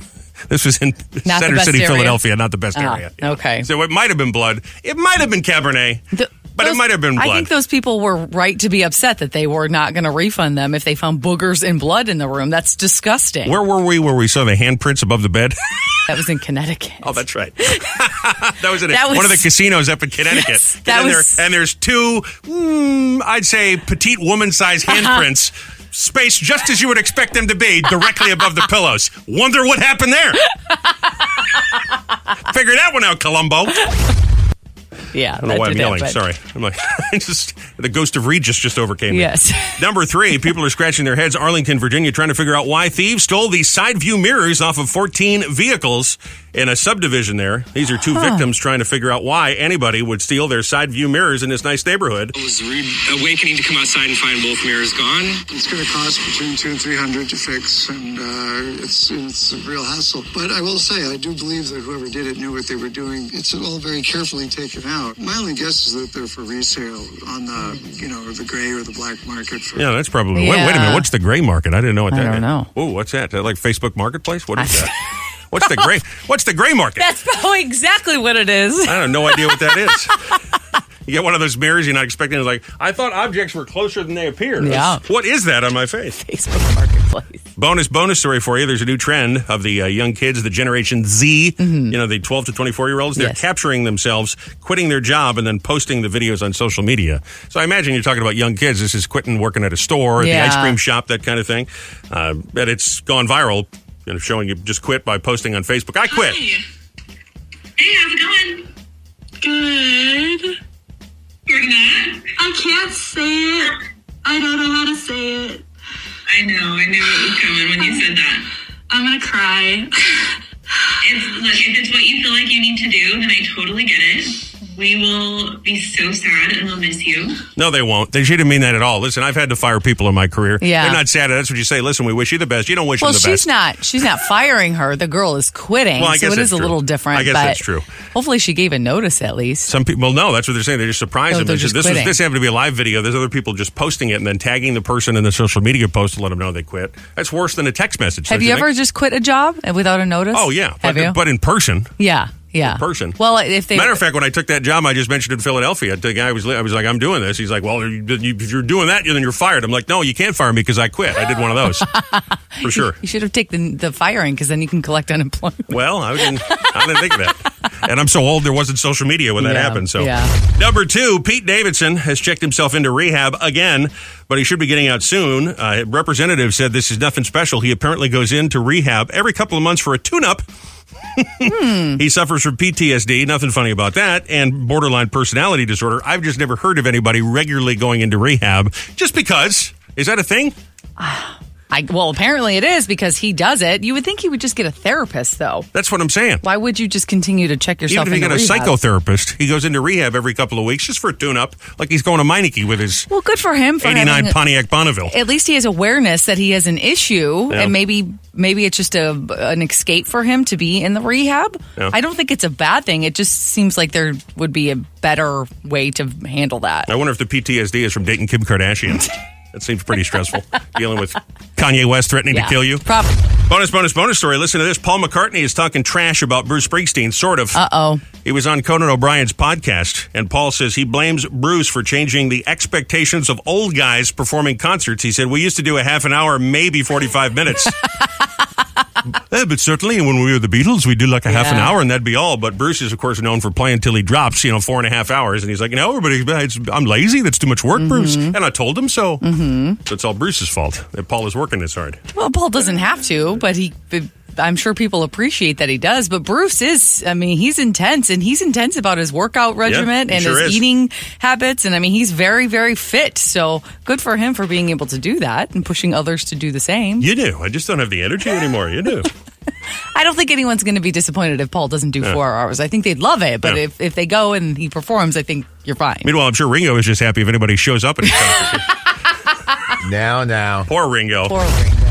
[SPEAKER 2] this was in
[SPEAKER 4] Not the
[SPEAKER 2] Center
[SPEAKER 4] best
[SPEAKER 2] City,
[SPEAKER 4] area?
[SPEAKER 2] Philadelphia. Not the best
[SPEAKER 4] Ah,
[SPEAKER 2] area.
[SPEAKER 4] okay.
[SPEAKER 2] So it might have been blood. It might have been Cabernet.
[SPEAKER 4] th-
[SPEAKER 2] but it
[SPEAKER 4] those-
[SPEAKER 2] might have been blood.
[SPEAKER 4] I think those people were right to be upset that they were not going to refund them if they found boogers and blood in the room. That's disgusting.
[SPEAKER 2] where were we? Where we saw the handprints above the bed?
[SPEAKER 4] that was in Connecticut.
[SPEAKER 2] oh, that's right. that was in
[SPEAKER 4] That
[SPEAKER 2] one of the
[SPEAKER 4] was-
[SPEAKER 2] casinos up in Connecticut.
[SPEAKER 4] Yes,
[SPEAKER 2] And
[SPEAKER 4] that
[SPEAKER 2] then there-
[SPEAKER 4] was-
[SPEAKER 2] and there's two, mm, I'd say, petite woman-sized
[SPEAKER 4] Uh-huh.
[SPEAKER 2] handprints. Spaced just as you would expect them to be, directly above the pillows. Wonder what happened there. Figure that one out, Columbo.
[SPEAKER 4] yeah,
[SPEAKER 2] I don't know why I'm yelling. Sorry.
[SPEAKER 4] Sorry.
[SPEAKER 2] I'm like, I just, the ghost of Regis just overcame me.
[SPEAKER 4] Yes.
[SPEAKER 2] Number three, people are scratching their heads, Arlington, Virginia, trying to figure out why thieves stole the side view mirrors off of 14 vehicles in a subdivision there. These are two victims trying to figure out why anybody would steal their side view mirrors in this nice neighborhood.
[SPEAKER 10] was awakening to come outside and find both mirrors gone.
[SPEAKER 11] It's going to cost between two and three hundred to fix, and uh, it's it's a real hassle. But I will say, I do believe that whoever did it knew what they were doing. It's all very carefully taken out. My only guess is that they're for resale on the you know the gray or the black market for
[SPEAKER 2] Yeah, that's probably. Wait, wait a minute.
[SPEAKER 4] Yeah.
[SPEAKER 2] What's the gray market? I didn't know what
[SPEAKER 4] I
[SPEAKER 2] that
[SPEAKER 4] don't know.
[SPEAKER 2] Oh, what's that? Is that like Facebook Marketplace? What is that? what's the gray? What's the gray market?
[SPEAKER 4] That's probably exactly what it is.
[SPEAKER 2] I have no idea what that is. You get one of those mirrors you're not expecting. It's like, I thought objects were closer than they appear.
[SPEAKER 4] Yeah.
[SPEAKER 2] What is that on my face?
[SPEAKER 4] Facebook Marketplace.
[SPEAKER 2] Bonus, bonus story for you. There's a new trend of the uh, young kids, the Generation Z, you know, the 12 to 24 year olds. They're
[SPEAKER 4] Mm-hmm. Yes.
[SPEAKER 2] capturing themselves, quitting their job, and then posting the videos on social media. So I imagine you're talking about young kids. This is quitting working at a store, at the
[SPEAKER 4] Yeah.
[SPEAKER 2] ice cream shop, that kind of thing. Uh, but it's gone viral, you know, showing you just quit by posting on Facebook. I quit.
[SPEAKER 9] Hey, how's it going? Good. You're not? I can't say it. I don't know how to say it. I know. I knew it was coming when you said that. I'm gonna cry. It's, look, if it's what you feel like you need to do, then I totally get it. We will be so sad and we'll miss you.
[SPEAKER 2] No, they won't. They, she didn't mean that at all. Listen, I've had to fire people in my career.
[SPEAKER 4] Yeah.
[SPEAKER 2] They're not sad. That's what you say. Listen, we wish you the best. You don't wish
[SPEAKER 4] Well,
[SPEAKER 2] them the
[SPEAKER 4] she's
[SPEAKER 2] best.
[SPEAKER 4] not. She's not firing her. The girl is quitting.
[SPEAKER 2] Well, I
[SPEAKER 4] so
[SPEAKER 2] guess
[SPEAKER 4] it
[SPEAKER 2] that's
[SPEAKER 4] is a
[SPEAKER 2] true.
[SPEAKER 4] little different.
[SPEAKER 2] I guess
[SPEAKER 4] but
[SPEAKER 2] that's true.
[SPEAKER 4] Hopefully, she gave a notice at least.
[SPEAKER 2] Some people, well, no, that's what they're saying. They're just surprised.
[SPEAKER 4] No,
[SPEAKER 2] them.
[SPEAKER 4] they're
[SPEAKER 2] They said,
[SPEAKER 4] just
[SPEAKER 2] this,
[SPEAKER 4] quitting.
[SPEAKER 2] this happened to be a live video. There's other people just posting it and then tagging the person in the social media post to let them know they quit. That's worse than a text message.
[SPEAKER 4] Have
[SPEAKER 2] don't
[SPEAKER 4] you
[SPEAKER 2] think?
[SPEAKER 4] ever just quit a job without a notice?
[SPEAKER 2] Oh yeah, but,
[SPEAKER 4] Have you?
[SPEAKER 2] but in person.
[SPEAKER 4] yeah, yeah.
[SPEAKER 2] person.
[SPEAKER 4] Well, if they
[SPEAKER 2] Matter of fact, when I took that job I just mentioned in Philadelphia, the guy was li- I was like, "I'm doing this." He's like, "Well, you, you, if you're doing that, then you're fired." I'm like, "No, you can't fire me because I quit. I did one of those for sure."
[SPEAKER 4] you should have taken the, the firing because then you can collect unemployment.
[SPEAKER 2] Well, I didn't, I didn't think of that. And I'm so old, there wasn't social media when that
[SPEAKER 4] Yeah,
[SPEAKER 2] happened. So,
[SPEAKER 4] yeah.
[SPEAKER 2] number two, Pete Davidson has checked himself into rehab again, but he should be getting out soon. Uh, representative said this is nothing special. He apparently goes into rehab every couple of months for a tune-up.
[SPEAKER 4] Hmm.
[SPEAKER 2] He suffers from PTSD, nothing funny about that, and borderline personality disorder. I've just never heard of anybody regularly going into rehab just because. Is that a thing?
[SPEAKER 4] I, well, apparently it is because he does it. You would think he would just get a therapist, though.
[SPEAKER 2] That's what I'm saying.
[SPEAKER 4] Why would you just continue to check yourself?
[SPEAKER 2] Even if you
[SPEAKER 4] into
[SPEAKER 2] get a
[SPEAKER 4] rehab?
[SPEAKER 2] psychotherapist, he goes into rehab every couple of weeks just for a tune-up, like he's going to Meineke with his
[SPEAKER 4] Well, good for him for having
[SPEAKER 2] '89
[SPEAKER 4] a-
[SPEAKER 2] Pontiac Bonneville.
[SPEAKER 4] at least he has awareness that he has an issue
[SPEAKER 2] Yeah.
[SPEAKER 4] and maybe maybe it's just a an escape for him to be in the rehab.
[SPEAKER 2] Yeah.
[SPEAKER 4] I don't think it's a bad thing. It just seems like there would be a better way to handle that.
[SPEAKER 2] I wonder if the PTSD is from dating Kim Kardashian. That seems pretty stressful. Dealing with Kanye West threatening
[SPEAKER 4] Yeah.
[SPEAKER 2] to kill you.
[SPEAKER 4] Probably.
[SPEAKER 2] Bonus, bonus, bonus story. Listen to this. Paul McCartney is talking trash about Bruce Springsteen, sort of. Uh
[SPEAKER 4] oh.
[SPEAKER 2] He was on Conan O'Brien's podcast, and Paul says he blames Bruce for changing the expectations of old guys performing concerts. He said, We used to do a half an hour, maybe 45 minutes. Eh, but certainly, when we were the Beatles, we'd do like a half an
[SPEAKER 12] Yeah.
[SPEAKER 2] hour, and that'd be all. But Bruce is, of course, known for playing till he drops, you know, four and a half hours. And he's like, no, everybody, it's, I'm lazy. That's too much work, Bruce. And I told him so.
[SPEAKER 4] Mm-hmm.
[SPEAKER 2] So it's all Bruce's fault that Paul is working this hard.
[SPEAKER 4] Well, Paul doesn't have to, but he. I'm sure people appreciate that he does, but Bruce is, I mean, he's intense and he's intense about his workout regimen
[SPEAKER 2] he
[SPEAKER 4] and
[SPEAKER 2] sure
[SPEAKER 4] his
[SPEAKER 2] is.
[SPEAKER 4] eating habits. And I mean, he's very, very fit. So good for him for being able to do that and pushing others to do the same.
[SPEAKER 2] You do. I just don't have the energy anymore. You do.
[SPEAKER 4] I don't think anyone's going to be disappointed if Paul doesn't do
[SPEAKER 2] Yeah.
[SPEAKER 4] four hours. I think they'd love it, but
[SPEAKER 2] Yeah.
[SPEAKER 4] if, if they go and he performs, I think you're fine.
[SPEAKER 2] Meanwhile, I'm sure Ringo is just happy if anybody shows up at his concert.
[SPEAKER 3] now, now.
[SPEAKER 2] Poor Ringo.
[SPEAKER 4] Poor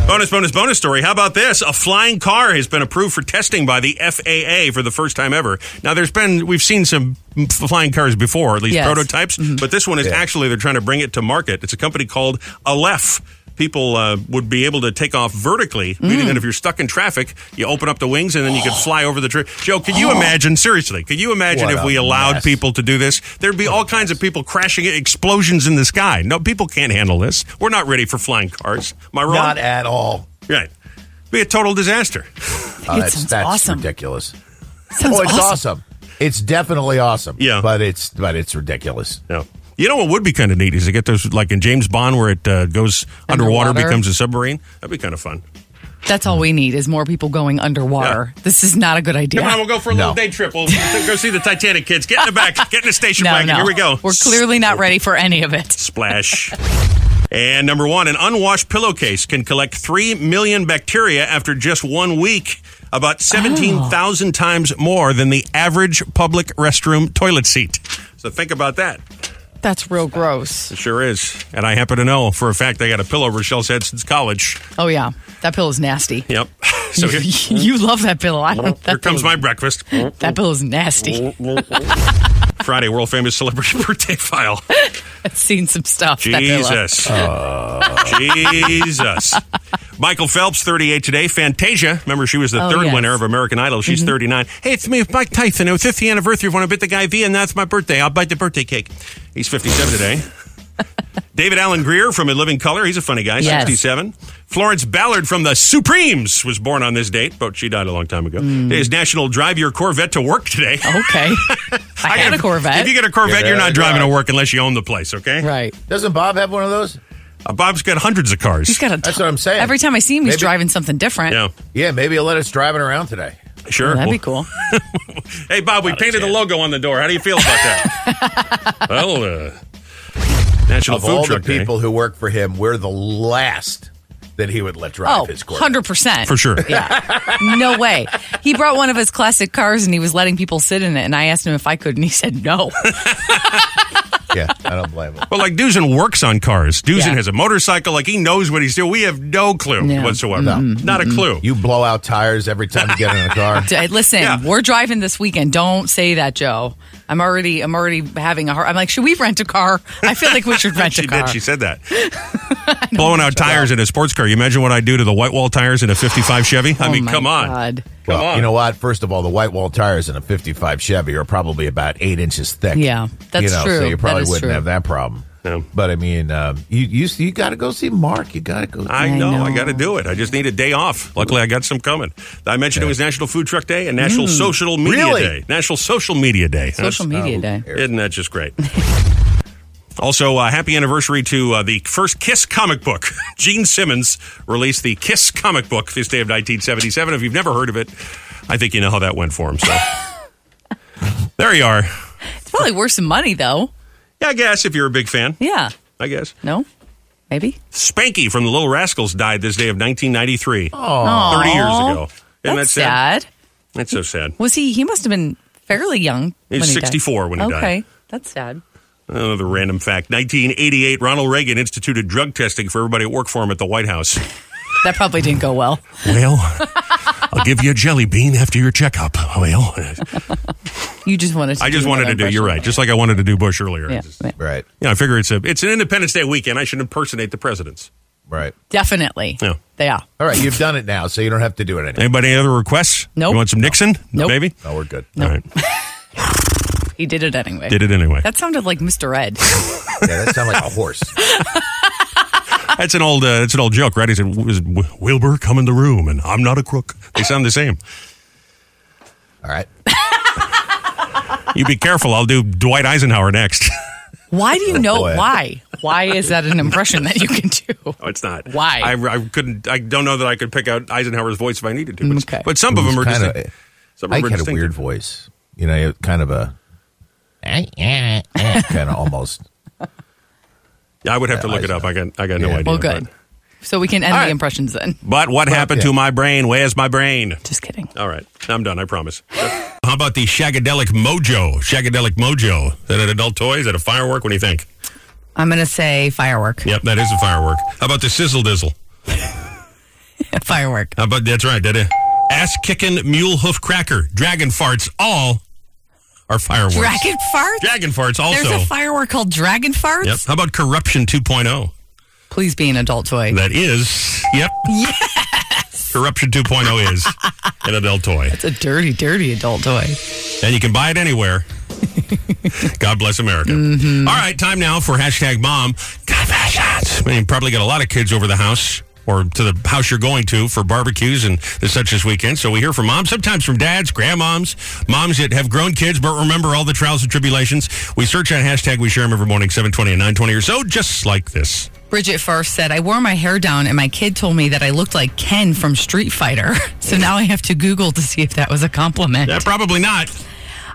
[SPEAKER 2] Bonus, bonus, bonus story. How about this? A flying car has been approved for testing by the FAA for the first time ever. Now, there's been, we've seen some f- flying cars before, at least
[SPEAKER 12] Yes.
[SPEAKER 2] prototypes, but this one is actually, they're trying to bring it to market. It's a company called Aleph. People uh, would be able to take off vertically, meaning that if you're stuck in traffic, you open up the wings and then you could fly over the tree. Joe, could you imagine, seriously, could you imagine
[SPEAKER 12] What
[SPEAKER 2] if
[SPEAKER 12] a
[SPEAKER 2] we allowed
[SPEAKER 12] mess.
[SPEAKER 2] people to do this? There'd be all kinds of people crashing, it, explosions in the sky. No, people can't handle this. We're not ready for flying cars. Am I wrong?
[SPEAKER 3] Not at all.
[SPEAKER 2] Right. Be a total disaster.
[SPEAKER 3] Oh, that's that's ridiculous. oh, it's awesome. It's definitely awesome. Yeah, but it's but it's ridiculous.
[SPEAKER 2] No. You know what would be kind of neat is to get those, like in James Bond, where it uh, goes underwater,
[SPEAKER 4] Underwater.
[SPEAKER 2] becomes a submarine. That'd be kind of fun.
[SPEAKER 4] That's all we need is more people going underwater. This is not a good idea.
[SPEAKER 2] Come on, we'll go for a little day trip. We'll go see the Titanic, kids. Get in the back. Get in the station
[SPEAKER 4] No,
[SPEAKER 2] wagon.
[SPEAKER 4] no.
[SPEAKER 2] Here we go.
[SPEAKER 4] We're clearly not ready for any of it.
[SPEAKER 2] Splash. And number one, an unwashed pillowcase can collect 3 million bacteria after just one week, about
[SPEAKER 4] Oh.
[SPEAKER 2] 17,000 times more than the average public restroom toilet seat. So think about that.
[SPEAKER 4] That's real gross.
[SPEAKER 2] It sure is. And I happen to know for a fact I got a pillow Rochelle's had since college.
[SPEAKER 4] Oh yeah, that pillow's nasty.
[SPEAKER 2] Yep. So here,
[SPEAKER 4] you love that Mm. pillow. I don't. That
[SPEAKER 2] here comes my breakfast.
[SPEAKER 4] That pillow's nasty.
[SPEAKER 2] Friday, world famous celebrity birthday file.
[SPEAKER 4] I've seen some stuff. that Oh. pillow.
[SPEAKER 2] Jesus. Jesus. Michael Phelps, 38 today. Fantasia, remember she was the
[SPEAKER 12] Oh,
[SPEAKER 2] third
[SPEAKER 12] yes.
[SPEAKER 2] winner of American Idol. She's
[SPEAKER 4] Mm-hmm.
[SPEAKER 2] 39. Hey, it's me, Mike Tyson. It was 50th anniversary when I bit the guy V, and that's my birthday. I'll bite the birthday cake. He's 57 today. David Allen Greer from In Living Color. He's a funny guy,
[SPEAKER 12] Yes.
[SPEAKER 2] 67. Florence Ballard from the Supremes was born on this date, but she died a long time ago.
[SPEAKER 12] Mm.
[SPEAKER 2] Today is National Drive Your Corvette to Work today.
[SPEAKER 4] Okay. Oh, I,
[SPEAKER 2] got
[SPEAKER 4] had a Corvette.
[SPEAKER 2] If you get a Corvette,
[SPEAKER 3] Yeah,
[SPEAKER 2] you're not
[SPEAKER 3] there
[SPEAKER 2] driving
[SPEAKER 3] you
[SPEAKER 2] to
[SPEAKER 3] go.
[SPEAKER 2] work unless you own the place, okay?
[SPEAKER 4] Right.
[SPEAKER 3] Doesn't Bob have one of those?
[SPEAKER 2] Uh, Bob's got hundreds of cars.
[SPEAKER 4] He's got a.
[SPEAKER 3] That's what I'm saying.
[SPEAKER 4] Every time I see him, he's
[SPEAKER 3] Maybe-
[SPEAKER 4] driving something different.
[SPEAKER 2] Yeah.
[SPEAKER 3] Yeah, maybe he'll let us driving around today.
[SPEAKER 2] Sure.
[SPEAKER 4] Oh, That'd be
[SPEAKER 2] Well,
[SPEAKER 4] cool.
[SPEAKER 2] Hey, Bob, we painted the logo on the door. How do you feel about that? well, uh, National
[SPEAKER 3] of
[SPEAKER 2] Food
[SPEAKER 3] all
[SPEAKER 2] Truck
[SPEAKER 3] the
[SPEAKER 2] Day.
[SPEAKER 3] people who work for him, we're the last that he would let drive
[SPEAKER 4] Oh,
[SPEAKER 3] his Corvette.
[SPEAKER 4] 100%.
[SPEAKER 2] For sure.
[SPEAKER 4] Yeah. No way. He brought one of his classic cars and he was letting people sit in it. And I asked him if I could, and he said no.
[SPEAKER 3] yeah, I don't blame him.
[SPEAKER 2] Well, like Dusan works on cars. Dusan
[SPEAKER 4] Yeah.
[SPEAKER 2] has a motorcycle. Like he knows what he's doing. We have no clue
[SPEAKER 4] No.
[SPEAKER 2] whatsoever.
[SPEAKER 4] Mm-mm,
[SPEAKER 2] Not a
[SPEAKER 4] mm-mm.
[SPEAKER 2] clue.
[SPEAKER 3] You blow out tires every time you get in a car.
[SPEAKER 4] D- Listen, we're driving this weekend. Don't say that, Joe. I'm already, I'm already having a hard. I'm like, should we rent a car? I feel like we should rent
[SPEAKER 2] she
[SPEAKER 4] a car.
[SPEAKER 2] did. She said that. Blowing out tires in a sports car. You imagine what I do to the white wall tires in a 55 Chevy? I
[SPEAKER 4] Oh
[SPEAKER 2] mean,
[SPEAKER 4] my
[SPEAKER 2] come on.
[SPEAKER 4] God.
[SPEAKER 2] Come
[SPEAKER 3] Well,
[SPEAKER 2] on.
[SPEAKER 3] you know what? First of all, the white wall tires in a 55 Chevy are probably about eight inches thick.
[SPEAKER 4] Yeah, that's
[SPEAKER 3] you know,
[SPEAKER 4] true.
[SPEAKER 3] So you
[SPEAKER 4] That
[SPEAKER 3] probably
[SPEAKER 4] is
[SPEAKER 3] wouldn't
[SPEAKER 4] true.
[SPEAKER 3] have that problem. But I mean, um, you you you got to go see Mark. You got to go.
[SPEAKER 2] I know, I got to do it. I just need a day off. Luckily, I got some coming. I mentioned it was National Food Truck Day and National
[SPEAKER 12] Mm.
[SPEAKER 2] Social Media
[SPEAKER 12] Really?
[SPEAKER 2] Day. National Social Media Day.
[SPEAKER 12] Social Media Day.
[SPEAKER 2] Isn't that just great? Also, uh, happy anniversary to uh, the first Kiss comic book. Gene Simmons released the Kiss comic book this day of 1977. If you've never heard of it, I think you know how that went for him. So there you are.
[SPEAKER 4] It's probably worth some money though.
[SPEAKER 2] Yeah, I guess if you're a big fan.
[SPEAKER 4] Yeah.
[SPEAKER 2] I guess.
[SPEAKER 4] No. Maybe.
[SPEAKER 2] Spanky from the Little Rascals died this day of 1993.
[SPEAKER 4] Aw.
[SPEAKER 2] 30 years ago. Isn't
[SPEAKER 4] That's
[SPEAKER 2] that sad?
[SPEAKER 4] sad.
[SPEAKER 2] That's so sad.
[SPEAKER 4] Was he? He must have been fairly young.
[SPEAKER 2] He was
[SPEAKER 4] when
[SPEAKER 2] 64
[SPEAKER 4] died.
[SPEAKER 2] when he died.
[SPEAKER 4] Okay, that's sad.
[SPEAKER 2] Another random fact. 1988, Ronald Reagan instituted drug testing for everybody at work for him at the White House.
[SPEAKER 4] That probably didn't go well.
[SPEAKER 2] Well, I'll give you a jelly bean after your checkup. Well,
[SPEAKER 4] You just wanted to
[SPEAKER 2] I just
[SPEAKER 4] do
[SPEAKER 2] wanted to
[SPEAKER 4] another
[SPEAKER 2] do. You're
[SPEAKER 4] impression.
[SPEAKER 2] right. Just like I wanted to do Bush earlier.
[SPEAKER 4] Yeah,
[SPEAKER 2] I just- You know, I figure it's a it's an Independence Day weekend. I should impersonate the presidents.
[SPEAKER 3] Right.
[SPEAKER 4] Definitely.
[SPEAKER 2] Yeah.
[SPEAKER 4] They are.
[SPEAKER 3] All right, you've done it now, so you don't have to do it anymore.
[SPEAKER 2] Anybody other requests?
[SPEAKER 4] Nope.
[SPEAKER 2] You want some Nixon?
[SPEAKER 4] Nope.
[SPEAKER 2] Maybe.
[SPEAKER 3] No, we're good.
[SPEAKER 2] All right.
[SPEAKER 4] He did it anyway.
[SPEAKER 2] Did it anyway.
[SPEAKER 4] That sounded like Mr. Ed.
[SPEAKER 3] Yeah, that sounds like a horse.
[SPEAKER 2] That's an old. Uh, that's an old joke, right? He said, "Was it Wi- Wilbur come in the room?" And I'm not a crook. They sound the same.
[SPEAKER 3] All right.
[SPEAKER 2] you be careful. I'll do Dwight Eisenhower next.
[SPEAKER 4] Why do you know
[SPEAKER 2] Oh, boy.
[SPEAKER 4] why? Why is that an impression that you can do?
[SPEAKER 2] No, Oh, it's not.
[SPEAKER 4] Why?
[SPEAKER 2] I, I couldn't. I don't know that I could pick out Eisenhower's voice if I needed to. But,
[SPEAKER 4] Okay.
[SPEAKER 2] but some of
[SPEAKER 3] It was
[SPEAKER 2] them are
[SPEAKER 3] kinda-
[SPEAKER 2] distinct. Some of
[SPEAKER 3] Ike
[SPEAKER 2] them are
[SPEAKER 3] had a
[SPEAKER 2] distinctive.
[SPEAKER 3] weird voice. You know, kind of a eh, kind of almost.
[SPEAKER 2] Yeah, I would have to look it up. I got. I got no idea.
[SPEAKER 4] Well, good. So we can end the impressions then.
[SPEAKER 2] But what happened to my brain? Where's my brain?
[SPEAKER 4] Just kidding.
[SPEAKER 2] All right. I'm done. I promise. How about the Shagadelic Mojo? Shagadelic Mojo. Is that an adult toy? Is that a firework? What do you think?
[SPEAKER 4] I'm going to say firework.
[SPEAKER 2] Yep, that is a firework. How about the Sizzle Dizzle?
[SPEAKER 4] firework.
[SPEAKER 2] How about that's right. That is ass kicking mule hoof cracker. Dragon farts all are fireworks.
[SPEAKER 4] Dragon farts?
[SPEAKER 2] Dragon farts also.
[SPEAKER 4] There's a firework called Dragon Farts?
[SPEAKER 2] Yep. How about corruption 2.0?
[SPEAKER 4] Please be an adult toy.
[SPEAKER 2] That is. Yep. Yes. Corruption 2.0 is an adult toy.
[SPEAKER 4] It's a dirty, dirty adult toy.
[SPEAKER 2] And you can buy it anywhere. God bless America. All right, time now for hashtag mom. Confessions. I mean, you probably got a lot of kids over the house or to the house you're going to for barbecues and such this weekend. So we hear from moms, sometimes from dads, grandmoms, moms that have grown kids but remember all the trials and tribulations. We search on hashtag, we share them every morning, 720 and 920 or so, just like this.
[SPEAKER 4] Bridget first said, I wore my hair down and my kid told me that I looked like Ken from Street Fighter. So now I have to Google to see if that was a compliment.
[SPEAKER 2] Yeah, Uh, probably not.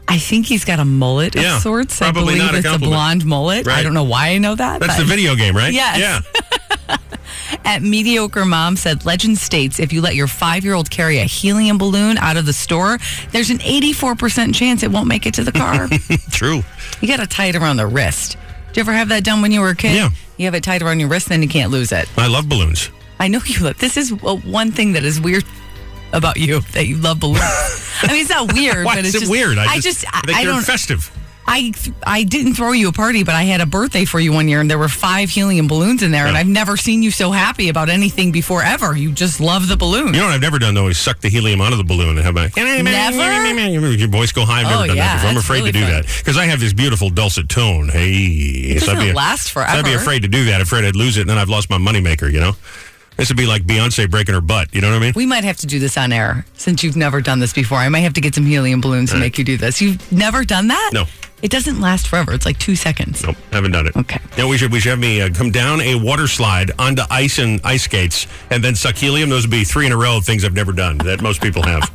[SPEAKER 4] I think he's got a mullet of
[SPEAKER 2] Yeah,
[SPEAKER 4] sorts. I
[SPEAKER 2] probably
[SPEAKER 4] believe
[SPEAKER 2] not a
[SPEAKER 4] it's a,
[SPEAKER 2] compliment.
[SPEAKER 4] blonde mullet. I
[SPEAKER 2] Right.
[SPEAKER 4] don't know why I know that.
[SPEAKER 2] That's
[SPEAKER 4] but-
[SPEAKER 2] the video game, right?
[SPEAKER 4] Yes.
[SPEAKER 2] Yeah.
[SPEAKER 4] At Mediocre Mom said, Legend states if you let your five year old carry a helium balloon out of the store, there's an 84% chance it won't make it to the car.
[SPEAKER 2] True.
[SPEAKER 4] you got to tie it around the wrist. Did you ever have that done when you were a kid?
[SPEAKER 2] Yeah.
[SPEAKER 4] You have it tied around your wrist, then you can't lose it.
[SPEAKER 2] I love balloons.
[SPEAKER 4] I know you love This is uh, one thing that is weird about you that you love balloons. I mean, it's not weird,
[SPEAKER 2] Why
[SPEAKER 4] but
[SPEAKER 2] is
[SPEAKER 4] it's
[SPEAKER 2] it
[SPEAKER 4] just,
[SPEAKER 2] weird?
[SPEAKER 4] I just, I,
[SPEAKER 2] think
[SPEAKER 4] I
[SPEAKER 2] they're
[SPEAKER 4] don't.
[SPEAKER 2] festive.
[SPEAKER 4] I th- I didn't throw you a party, but I had a birthday for you one year, and there were five helium balloons in there, and I've never seen you so happy about anything before ever. You just love the balloons.
[SPEAKER 2] You know what I've never done though is suck the helium out of the balloon and have my
[SPEAKER 4] Never?
[SPEAKER 2] Your voice go high. I've never
[SPEAKER 4] Oh,
[SPEAKER 2] done
[SPEAKER 4] yeah,
[SPEAKER 2] that before. I'm
[SPEAKER 4] that's
[SPEAKER 2] afraid
[SPEAKER 4] really
[SPEAKER 2] to do
[SPEAKER 4] fun.
[SPEAKER 2] that because I have this beautiful dulcet tone. Hey,
[SPEAKER 4] It
[SPEAKER 2] so I'd
[SPEAKER 4] doesn't
[SPEAKER 2] be-
[SPEAKER 4] last
[SPEAKER 2] so I'd be
[SPEAKER 4] forever.
[SPEAKER 2] afraid to do that. Afraid I'd lose it, and then I've lost my moneymaker. You know, this would be like Beyonce breaking her butt. You know what I mean?
[SPEAKER 4] We might have to do this on air since you've never done this before. I might have to get some helium balloons to
[SPEAKER 2] All right.
[SPEAKER 4] make you do this. You've never done that?
[SPEAKER 2] No.
[SPEAKER 4] It doesn't last forever. It's like two seconds.
[SPEAKER 2] Nope, haven't done it. Okay. No, we should we should have me uh, come down a water slide onto ice and ice skates, and then suck helium. Those would be three in a row of things I've never done that most people have.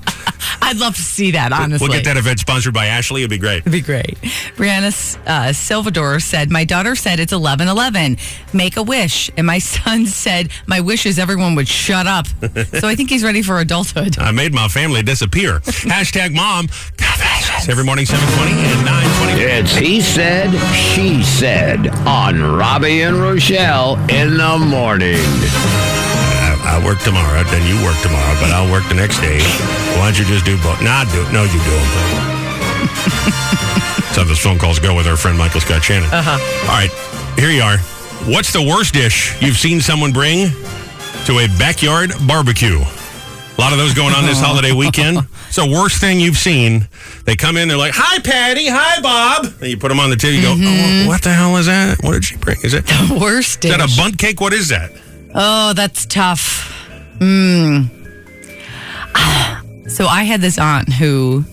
[SPEAKER 4] I'd love to see that, honestly.
[SPEAKER 2] We'll get that event sponsored by Ashley. It'd be great.
[SPEAKER 4] It'd be great. Brianna uh, Salvador said, My daughter said it's 11 11. Make a wish. And my son said, My wish is everyone would shut up. so I think he's ready for adulthood.
[SPEAKER 2] I made my family disappear. Hashtag mom. Confessions. Every morning, 720 and 920.
[SPEAKER 12] It's He Said, She Said on Robbie and Rochelle in the morning.
[SPEAKER 2] I, I work tomorrow, then you work tomorrow, but I'll work the next day. Why don't you just do both? Nah, do No, you do them. That's how those phone calls go with our friend Michael Scott Shannon. Uh-huh. All right, here you are. What's the worst dish you've seen someone bring to a backyard barbecue? A lot of those going on this holiday weekend. It's the worst thing you've seen. They come in, they're like, "Hi, Patty. Hi, Bob." And you put them on the table. You go,
[SPEAKER 4] Mm-hmm.
[SPEAKER 2] oh, "What the hell is that? What did she bring? Is it
[SPEAKER 4] the worst
[SPEAKER 2] Is that
[SPEAKER 4] dish.
[SPEAKER 2] a bunt cake? What is that?"
[SPEAKER 4] Oh, that's tough. Mm. Ah. So I had this aunt who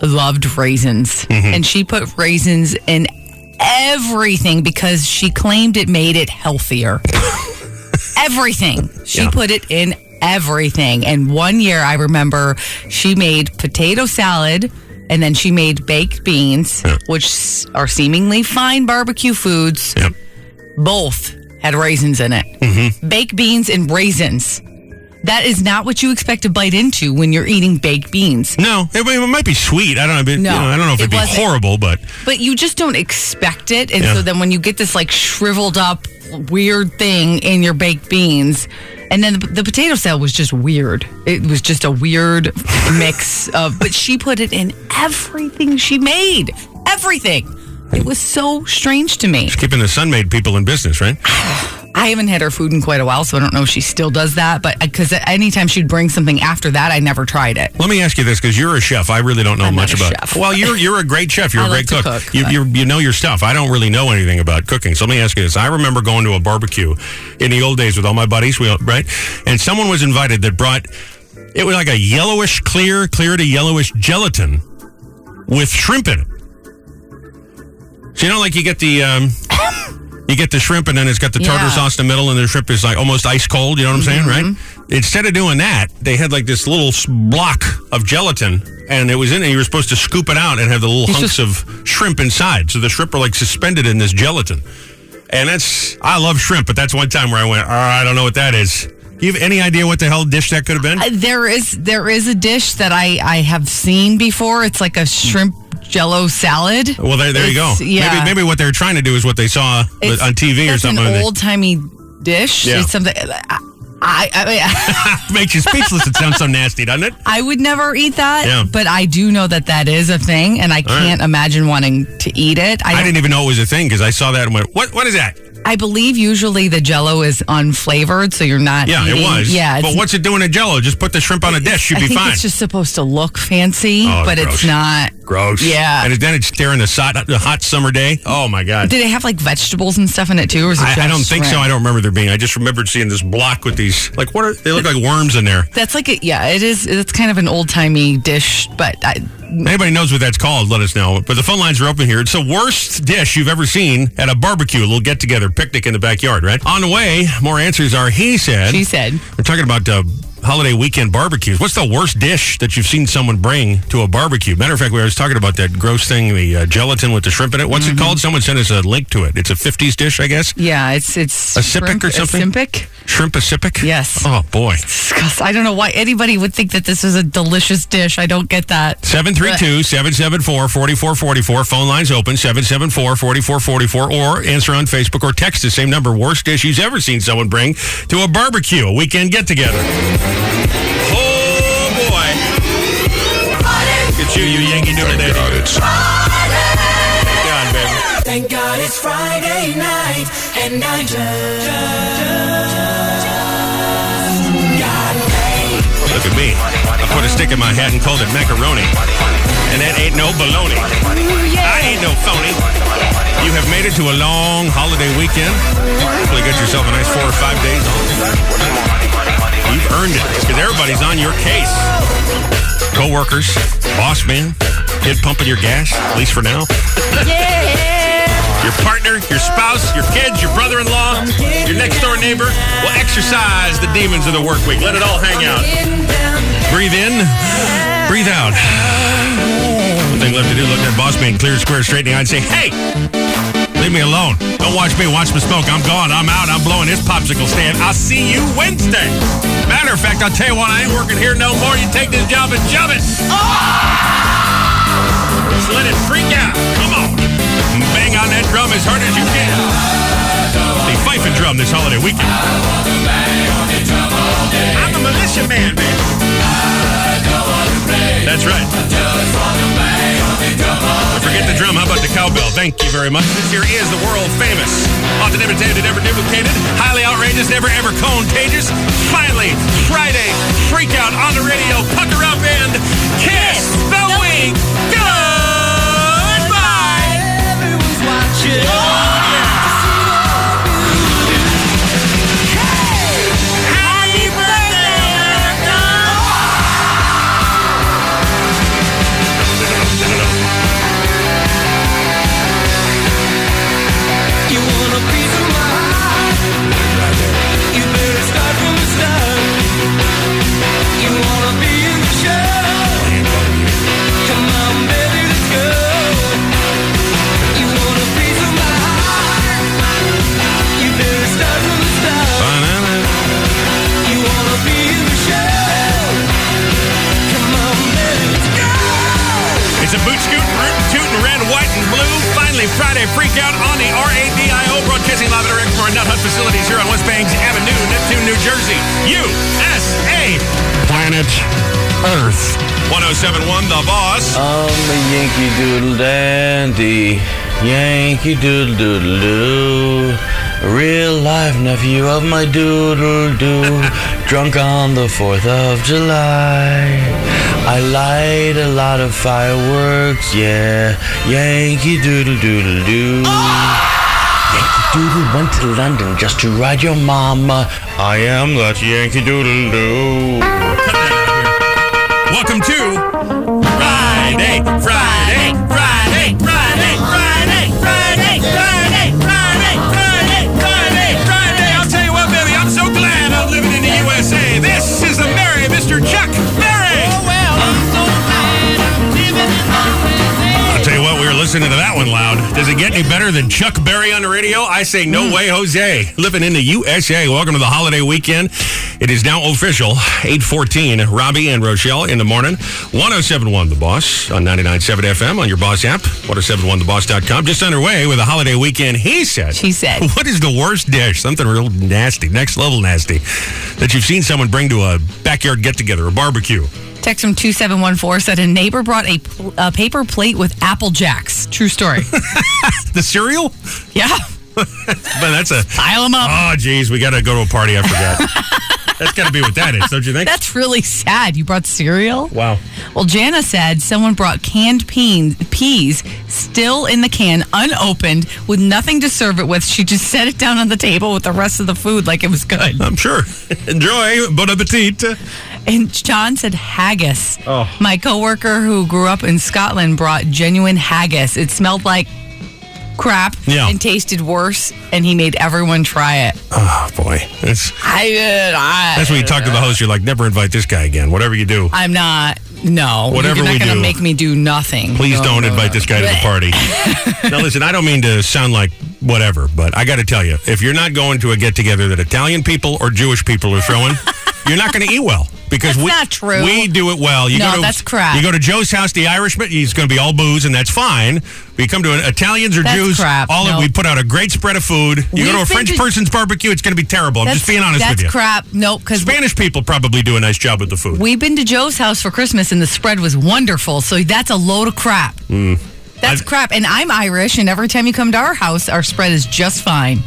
[SPEAKER 4] loved raisins, and she put raisins in everything because she claimed it made it healthier. everything. She put it in everything. And one year I remember she made potato salad and then she made baked beans, which s- are seemingly fine barbecue foods. Both had raisins in it. Baked beans and raisins. That is not what you expect to bite into when you're eating baked beans.
[SPEAKER 2] No, it, it might be sweet. I don't know. but, you
[SPEAKER 4] No,
[SPEAKER 2] know, I don't know if
[SPEAKER 4] it
[SPEAKER 2] it'd be
[SPEAKER 4] wasn't.
[SPEAKER 2] horrible, but
[SPEAKER 4] But you just don't expect it. And
[SPEAKER 2] Yeah.
[SPEAKER 4] so then when you get this like shriveled up weird thing in your baked beans, And then the, the potato salad was just weird. It was just a weird mix of, but she put it in everything she made. Everything. It was so strange to me.
[SPEAKER 2] She's keeping the sun made people in business, right?
[SPEAKER 4] I haven't had her food in quite a while, so I don't know if she still does that. But because anytime she'd bring something after that, I never tried it.
[SPEAKER 2] Let me ask you this because you're a chef. I really don't know much
[SPEAKER 4] not a
[SPEAKER 2] about.
[SPEAKER 4] chef.
[SPEAKER 2] Well, you're you're a great chef. You're a
[SPEAKER 4] I
[SPEAKER 2] great
[SPEAKER 4] like
[SPEAKER 2] cook.
[SPEAKER 4] to cook,
[SPEAKER 2] you
[SPEAKER 4] but-
[SPEAKER 2] you you know your stuff. I don't really know anything about cooking. So let me ask you this. I remember going to a barbecue in the old days with all my buddies. We all- right, and someone was invited that brought it was like a yellowish clear, clear to yellowish gelatin with shrimp in it. So you know, like you get the. Um, You get the shrimp and then it's got the tartar
[SPEAKER 13] Yeah.
[SPEAKER 2] sauce in the middle and the shrimp is like almost ice cold. You know what I'm saying,
[SPEAKER 4] Mm-hmm.
[SPEAKER 2] right? Instead of doing that, they had like this little s- block of gelatin and it was in it. You were supposed to scoop it out and have the little
[SPEAKER 13] It's
[SPEAKER 2] hunks of shrimp inside. So the shrimp were like suspended in this gelatin. And that's, I love shrimp, but that's one time where I went, "Ah, I don't know what that is. Do you have any idea what the hell dish that could have been?
[SPEAKER 4] Uh, There is there is a dish that I I have seen before. It's like a shrimp jello salad.
[SPEAKER 2] Well, there, there you go.
[SPEAKER 4] It's- Yeah.
[SPEAKER 2] Maybe, maybe what they're trying to do is what they saw
[SPEAKER 4] It's-
[SPEAKER 2] on TV or
[SPEAKER 4] that's
[SPEAKER 2] something.
[SPEAKER 4] An old timey dish.
[SPEAKER 2] Yeah.
[SPEAKER 4] It's something. I I, I,
[SPEAKER 2] Makes you speechless. It sounds so nasty, doesn't it?
[SPEAKER 4] I would never eat that,
[SPEAKER 2] Yeah.
[SPEAKER 4] but I do know that that is a thing, and I
[SPEAKER 2] right.
[SPEAKER 4] can't imagine wanting to eat it.
[SPEAKER 2] I,
[SPEAKER 4] don't-
[SPEAKER 2] didn't even know it was a thing because I saw that and went, "What? What is that?"
[SPEAKER 4] I believe usually the jello is unflavored, so you're not.
[SPEAKER 2] Yeah, it
[SPEAKER 4] eating-
[SPEAKER 2] was.
[SPEAKER 4] Yeah,
[SPEAKER 2] but what's it doing in Jello? Just put the shrimp on a dish. You'd
[SPEAKER 4] I
[SPEAKER 2] be
[SPEAKER 4] think
[SPEAKER 2] fine.
[SPEAKER 4] it's just supposed to look fancy,
[SPEAKER 2] Oh,
[SPEAKER 4] but
[SPEAKER 2] gross.
[SPEAKER 4] it's not.
[SPEAKER 2] Gross.
[SPEAKER 4] Yeah.
[SPEAKER 2] And then it's during the hot, the hot summer day. Oh my god.
[SPEAKER 4] Did it have like vegetables and stuff in it too, or is it
[SPEAKER 2] I,
[SPEAKER 4] just
[SPEAKER 2] I don't think so.
[SPEAKER 4] shrimp?
[SPEAKER 2] I don't remember there being. I just remembered seeing this block with these. Like what are they? Look like worms in there.
[SPEAKER 4] That's like a, yeah, it is. It's kind of an old timey dish, but I,
[SPEAKER 2] Anybody knows what that's called? Let us know. But the phone lines are open here. It's the worst dish you've ever seen at a barbecue, a little get together, picnic in the backyard. Right on the way, more answers are he said. She
[SPEAKER 4] said.
[SPEAKER 2] We're talking about. Uh, Holiday weekend barbecues. What's the worst dish that you've seen someone bring to a barbecue? Matter of fact, we were talking about that gross thing, the uh, gelatin with the shrimp in it. What's it called? Someone sent us a link to it. It's a 50s dish, I guess.
[SPEAKER 4] yeah, it's it's
[SPEAKER 2] A Sipic
[SPEAKER 4] shrimp-
[SPEAKER 2] or something?
[SPEAKER 4] Simpic?
[SPEAKER 2] Shrimp acipic?
[SPEAKER 4] Yes.
[SPEAKER 2] Oh, boy.
[SPEAKER 4] Disgust. I don't know why anybody would think that this is a delicious dish. I don't get that.
[SPEAKER 2] 732 774 4444. Phone lines open 774 4444. Or answer on Facebook or text the same number. Worst dish you've ever seen someone bring to a barbecue, a weekend get together. Oh, boy. Look at you, you Yankee doing it. God, baby.
[SPEAKER 9] Thank God it's Friday night, and I just,
[SPEAKER 2] Look at me. I put a stick in my hat and called it macaroni. And that ain't no baloney. I ain't no phony. You have made it to a long holiday weekend. Hopefully get yourself a nice four or five days off. You've earned it because everybody's on your case. Co-workers, boss man, kid pumping your gas, at least for now. Your partner, your spouse, your kids, your brother-in-law, your next-door neighbor will exercise the demons of the work week. Let it all hang out. Breathe in, breathe out. One thing left to do, look at boss man, clear, square, straight in the eye and say, hey, leave me alone. Don't watch me, watch the smoke. I'm gone, I'm out, I'm blowing this popsicle stand. I'll see you Wednesday. Matter of fact, I'll tell you what, I ain't working here no more. You take this job and shove it. Just let it freak out. Come on. Bang on that drum as hard as you can. The fife and drum this holiday weekend. I'm a militia man, man. That's right. Don't forget the drum. How about the cowbell? Thank you very much. This here is the world famous, often imitated, never duplicated, highly outrageous, never ever contagious. Finally, Friday, freak out on the radio, pucker up and kiss the wing. Goodbye. Everyone's watching.
[SPEAKER 9] you want a piece of my heart? You better start from the start. You wanna be in the show? Come on, baby, let's go. You want a piece of my heart? You better start from the start. You wanna be in the show? Come on, baby, let's go.
[SPEAKER 2] It's a boot scoot, root, tootin', red, white, and blue. Finally, Friday freak out on the RADIO broadcasting live and direct from Outdoor and Nut Hut facilities here on West Banks Avenue, Neptune, New Jersey. USA. Planet Earth. 1071 The Boss.
[SPEAKER 1] I'm a Yankee Doodle Dandy, Yankee Doodle Doodle Doo. Real life nephew of my doodle doo. Drunk on the 4th of July. I light a lot of fireworks, yeah. Yankee Doodle Doodle Doo. Yankee Doodle went to London just to ride your mama. I am that Yankee Doodle Doo.
[SPEAKER 2] Welcome to Friday, Friday, Friday, Friday, Friday, Friday, Friday, Friday, Friday, Friday, Friday. I'll tell you what, baby, I'm so glad I'm living in the USA. This is the Merry Mr. Chuck Berry. I'll tell you what, we were listening to that one loud. Does it get any better than Chuck Berry on the radio? I say no way, Jose. Living in the USA. Welcome to the holiday weekend. It is now official. 814, Robbie and Rochelle in the morning. 1071 The Boss on 99.7 FM on your Boss app. 1071theboss.com. Just underway with a holiday weekend, he said. She
[SPEAKER 4] said.
[SPEAKER 2] What is the worst dish? Something real nasty, next level nasty, that you've seen someone bring to a backyard get-together, a barbecue.
[SPEAKER 4] Text from 2714 said a neighbor brought a, pl- a paper plate with Apple Jacks. True story.
[SPEAKER 2] The cereal?
[SPEAKER 4] yeah.
[SPEAKER 2] But that's a
[SPEAKER 4] pile them up.
[SPEAKER 2] Oh, geez, we got to go to a party. I forgot. that's got to be what that is, don't you think?
[SPEAKER 4] That's really sad. You brought cereal?
[SPEAKER 2] wow.
[SPEAKER 4] Well, Jana said someone brought canned peas, peas still in the can, unopened, with nothing to serve it with. She just set it down on the table with the rest of the food like it was good.
[SPEAKER 2] I'm sure. Enjoy. Bon appetit.
[SPEAKER 4] And John said haggis. Oh. My coworker who grew up in Scotland brought genuine haggis. It smelled like crap
[SPEAKER 2] Yeah.
[SPEAKER 4] and tasted worse, and he made everyone try it.
[SPEAKER 2] Oh boy, that's
[SPEAKER 4] I did. I,
[SPEAKER 2] that's when you talk to the host. You're like, never invite this guy again. Whatever you do,
[SPEAKER 4] I'm not. No.
[SPEAKER 2] Whatever
[SPEAKER 4] You're not
[SPEAKER 2] we
[SPEAKER 4] gonna
[SPEAKER 2] do,
[SPEAKER 4] make me do nothing.
[SPEAKER 2] please
[SPEAKER 4] No,
[SPEAKER 2] don't
[SPEAKER 4] no,
[SPEAKER 2] invite
[SPEAKER 4] no.
[SPEAKER 2] this guy to the party. now listen, I don't mean to sound like whatever, but I got to tell you, if you're not going to a get together that Italian people or Jewish people are throwing, you're not going to eat well because
[SPEAKER 4] That's
[SPEAKER 2] we
[SPEAKER 4] not true.
[SPEAKER 2] we do it well. You
[SPEAKER 4] No,
[SPEAKER 2] go to,
[SPEAKER 4] that's crap.
[SPEAKER 2] You go to Joe's house, the Irishman, he's going to be all booze, and that's fine. But you come to an Italians or
[SPEAKER 4] That's
[SPEAKER 2] Jews,
[SPEAKER 4] crap.
[SPEAKER 2] all
[SPEAKER 4] No.
[SPEAKER 2] we put out a great spread of food. You
[SPEAKER 4] We've
[SPEAKER 2] go to a
[SPEAKER 4] been
[SPEAKER 2] French
[SPEAKER 4] to-
[SPEAKER 2] person's barbecue, it's going to be terrible. I'm just being honest
[SPEAKER 4] that's
[SPEAKER 2] with you.
[SPEAKER 4] crap. Nope, because
[SPEAKER 2] Spanish people probably do a nice job with the food.
[SPEAKER 4] we've been to Joe's house for Christmas and the spread was wonderful. So that's a load of crap.
[SPEAKER 2] Mm.
[SPEAKER 4] That's crap. And I'm Irish, and every time you come to our house, our spread is just fine.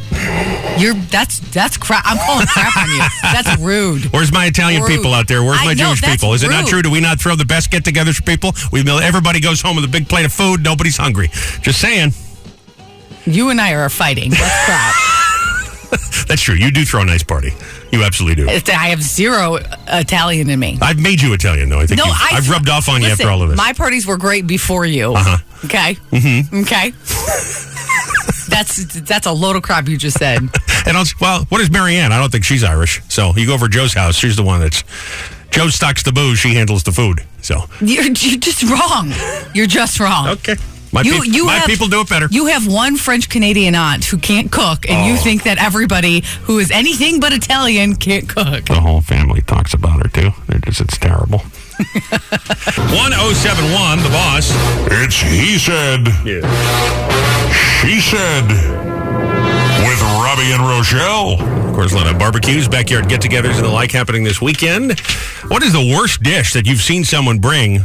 [SPEAKER 4] You're that's that's crap. I'm calling crap on you. That's rude.
[SPEAKER 2] Where's my Italian
[SPEAKER 4] Rude.
[SPEAKER 2] people out there? Where's
[SPEAKER 4] I
[SPEAKER 2] my
[SPEAKER 4] know,
[SPEAKER 2] Jewish
[SPEAKER 4] that's
[SPEAKER 2] people? Is it not
[SPEAKER 4] rude.
[SPEAKER 2] true? Do we not throw the best get-togethers for people? We mill- everybody goes home with a big plate of food. Nobody's hungry. Just saying.
[SPEAKER 4] You and I are fighting. That's crap.
[SPEAKER 2] That's true. You do throw a nice party. You absolutely do.
[SPEAKER 4] It's- I have zero Italian in me.
[SPEAKER 2] I've made you Italian, though. I think
[SPEAKER 4] No,
[SPEAKER 2] you-
[SPEAKER 4] I-
[SPEAKER 2] I've rubbed off on you
[SPEAKER 4] Listen,
[SPEAKER 2] after all of this.
[SPEAKER 4] My parties were great before you. Uh-huh. Okay. Mm-hmm. Okay. that's that's a load of crap you just said.
[SPEAKER 2] and also, well, what is Marianne? I don't think she's Irish. So you go over to Joe's house. She's the one that's Joe stocks the booze. She handles the food. So
[SPEAKER 4] You're, you're just wrong. You're just wrong.
[SPEAKER 2] Okay. My peop- my people do it better.
[SPEAKER 4] You have one French Canadian aunt who can't cook, and you
[SPEAKER 2] Oh.
[SPEAKER 4] think that everybody who is anything but Italian can't cook.
[SPEAKER 2] The whole family talks about her too. They're just it's terrible. 1071, the boss.
[SPEAKER 13] It's he said. She said. With Robbie and Rochelle.
[SPEAKER 2] Of course, a lot of barbecues, backyard get togethers, and the like happening this weekend. What is the worst dish that you've seen someone bring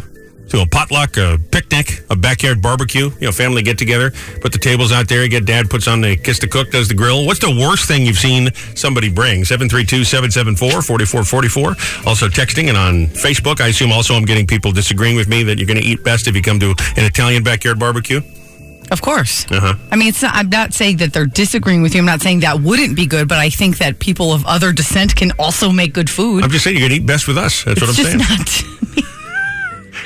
[SPEAKER 2] to a potluck, a picnic, a backyard barbecue? You know, family get together, put the tables out there, you get dad puts on the kiss the cook, does the grill. What's the worst thing you've seen somebody bring? 732 774 4444. Also texting and on Facebook. I assume also I'm getting people disagreeing with me that you're going to eat best if you come to an Italian backyard barbecue.
[SPEAKER 4] Of course.
[SPEAKER 2] Uh huh.
[SPEAKER 4] I mean, it's not, I'm not saying that they're disagreeing with you. I'm not saying that wouldn't be good, but I think that people of other descent can also make good food.
[SPEAKER 2] I'm just saying you're going to eat best with us. That's what I'm
[SPEAKER 4] it's
[SPEAKER 2] saying.
[SPEAKER 4] just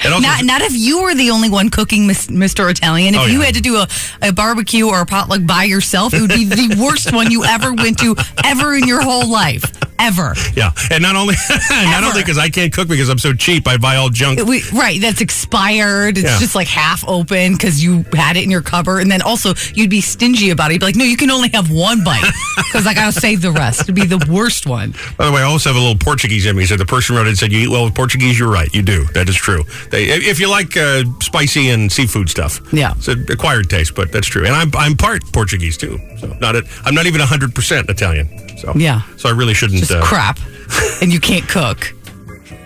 [SPEAKER 2] And
[SPEAKER 4] not,
[SPEAKER 2] also-
[SPEAKER 4] not not if you were the only one cooking, Miss- Mr. Italian. If
[SPEAKER 2] Oh,
[SPEAKER 4] you
[SPEAKER 2] yeah.
[SPEAKER 4] had to do a, a barbecue or a potluck by yourself, it would be the worst one you ever went to ever in your whole life. ever.
[SPEAKER 2] Yeah, and not only not only because I can't cook because I'm so cheap, I buy all junk.
[SPEAKER 4] It- we- right, that's expired. It's
[SPEAKER 2] Yeah.
[SPEAKER 4] just like half open because you had it in your cupboard, and then also you'd be stingy about it. You'd be like, "No, you can only have one bite because I gotta save the rest." It'd be the worst one.
[SPEAKER 2] By the way, I also have a little Portuguese in me. So the person wrote it and said, "You eat well with Portuguese." You're right. You do. That is true. They, if you like uh, spicy and seafood stuff,
[SPEAKER 4] Yeah.
[SPEAKER 2] it's an acquired taste, but that's true. And I'm I'm part Portuguese too. So not a, I'm not even 100 percent Italian. So
[SPEAKER 4] Yeah.
[SPEAKER 2] So I really shouldn't. uh,
[SPEAKER 4] Just crap, and you can't cook.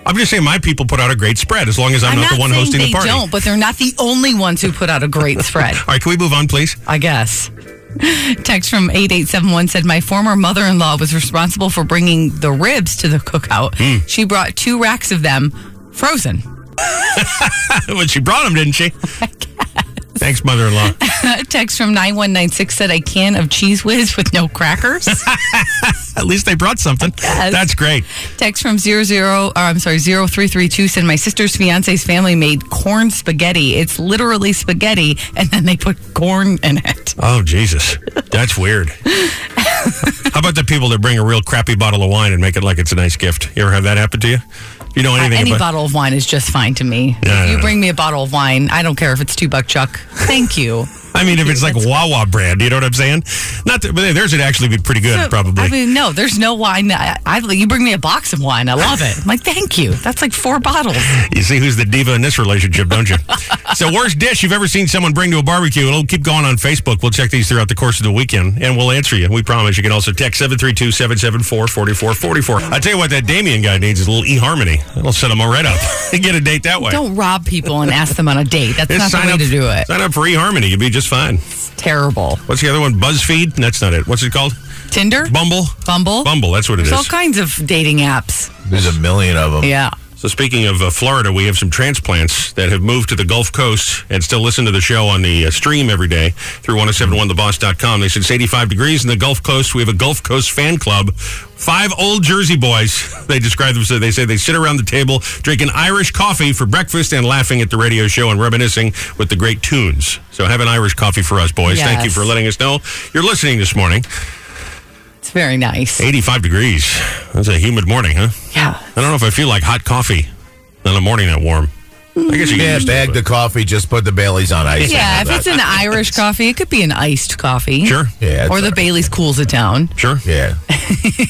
[SPEAKER 2] I'm just saying my people put out a great spread as long as I'm, not, the one
[SPEAKER 4] saying
[SPEAKER 2] hosting
[SPEAKER 4] they
[SPEAKER 2] the party.
[SPEAKER 4] don't, but they're not the only ones who put out a great spread.
[SPEAKER 2] All right, can we move on, please?
[SPEAKER 4] I guess. Text from 8871 said, My former mother in law was responsible for bringing the ribs to the cookout.
[SPEAKER 2] Hmm.
[SPEAKER 4] She brought two racks of them frozen.
[SPEAKER 2] well, she brought them, didn't she? Thanks, mother-in-law.
[SPEAKER 4] Text from 9196 said, A can of Cheese Whiz with no crackers.
[SPEAKER 2] At least they brought something. That's great.
[SPEAKER 4] Text from 00, or I'm sorry, 0332 said, My sister's fiance's family made corn spaghetti. It's literally spaghetti, and then they put corn in it.
[SPEAKER 2] Oh Jesus, that's weird. How about the people that bring a real crappy bottle of wine and make it like it's a nice gift? You ever have that happen to you? You know anything
[SPEAKER 4] Uh, Any
[SPEAKER 2] about?
[SPEAKER 4] bottle of wine is just fine to me.
[SPEAKER 2] No,
[SPEAKER 4] if
[SPEAKER 2] no,
[SPEAKER 4] you
[SPEAKER 2] no.
[SPEAKER 4] bring me a bottle of wine, I don't care if it's two buck chuck. Thank you.
[SPEAKER 2] I mean, if it's like Wawa brand, you know what I'm saying? Not that, but theirs would actually be pretty good,
[SPEAKER 4] So,
[SPEAKER 2] probably.
[SPEAKER 4] I mean, no, there's no wine. I, I, you bring me a box of wine. I love it. I'm like, thank you. That's like four bottles.
[SPEAKER 2] you see who's the diva in this relationship, don't you? it's the worst dish you've ever seen someone bring to a barbecue. It'll keep going on Facebook. We'll check these throughout the course of the weekend, and we'll answer you. We promise. You can also text 732-774-4444. I tell you what, that Damien guy needs is a little eHarmony. It'll set him all right up. Get a date that way.
[SPEAKER 4] Don't rob people and ask them on a date. That's
[SPEAKER 2] Just
[SPEAKER 4] not the way
[SPEAKER 2] up,
[SPEAKER 4] to do it.
[SPEAKER 2] Sign up for eHarmony. You'll be just fine.
[SPEAKER 4] Terrible.
[SPEAKER 2] What's the other one? BuzzFeed? That's not it. What's it called?
[SPEAKER 4] Tinder,
[SPEAKER 2] Bumble.
[SPEAKER 4] Bumble.
[SPEAKER 2] Bumble. That's what it
[SPEAKER 4] There's
[SPEAKER 2] is.
[SPEAKER 4] all kinds of dating apps.
[SPEAKER 2] There's a million of them.
[SPEAKER 4] Yeah.
[SPEAKER 2] So speaking of uh, Florida, we have some transplants that have moved to the Gulf Coast and still listen to the show on the uh, stream every day through 1071theboss.com. They said it's 85 degrees in the Gulf Coast. We have a Gulf Coast fan club. Five old Jersey boys, they describe themselves. They say they sit around the table drinking Irish coffee for breakfast and laughing at the radio show and reminiscing with the great tunes. So have an Irish coffee for us, boys. Thank you
[SPEAKER 4] Yes.
[SPEAKER 2] for letting us know you're listening this morning.
[SPEAKER 4] It's very nice.
[SPEAKER 2] 85 degrees. That's a humid morning, huh?
[SPEAKER 4] Yeah.
[SPEAKER 2] I don't know if I feel like hot coffee in a morning that warm. I guess you
[SPEAKER 3] Yeah,
[SPEAKER 2] can use
[SPEAKER 3] bag the coffee, just put the Baileys on ice.
[SPEAKER 4] Yeah, if it's an Irish coffee, it could be an iced coffee.
[SPEAKER 2] Sure.
[SPEAKER 3] Yeah, it's
[SPEAKER 4] Or the
[SPEAKER 3] all right.
[SPEAKER 4] Bailey's cools it down.
[SPEAKER 2] Sure.
[SPEAKER 3] Yeah.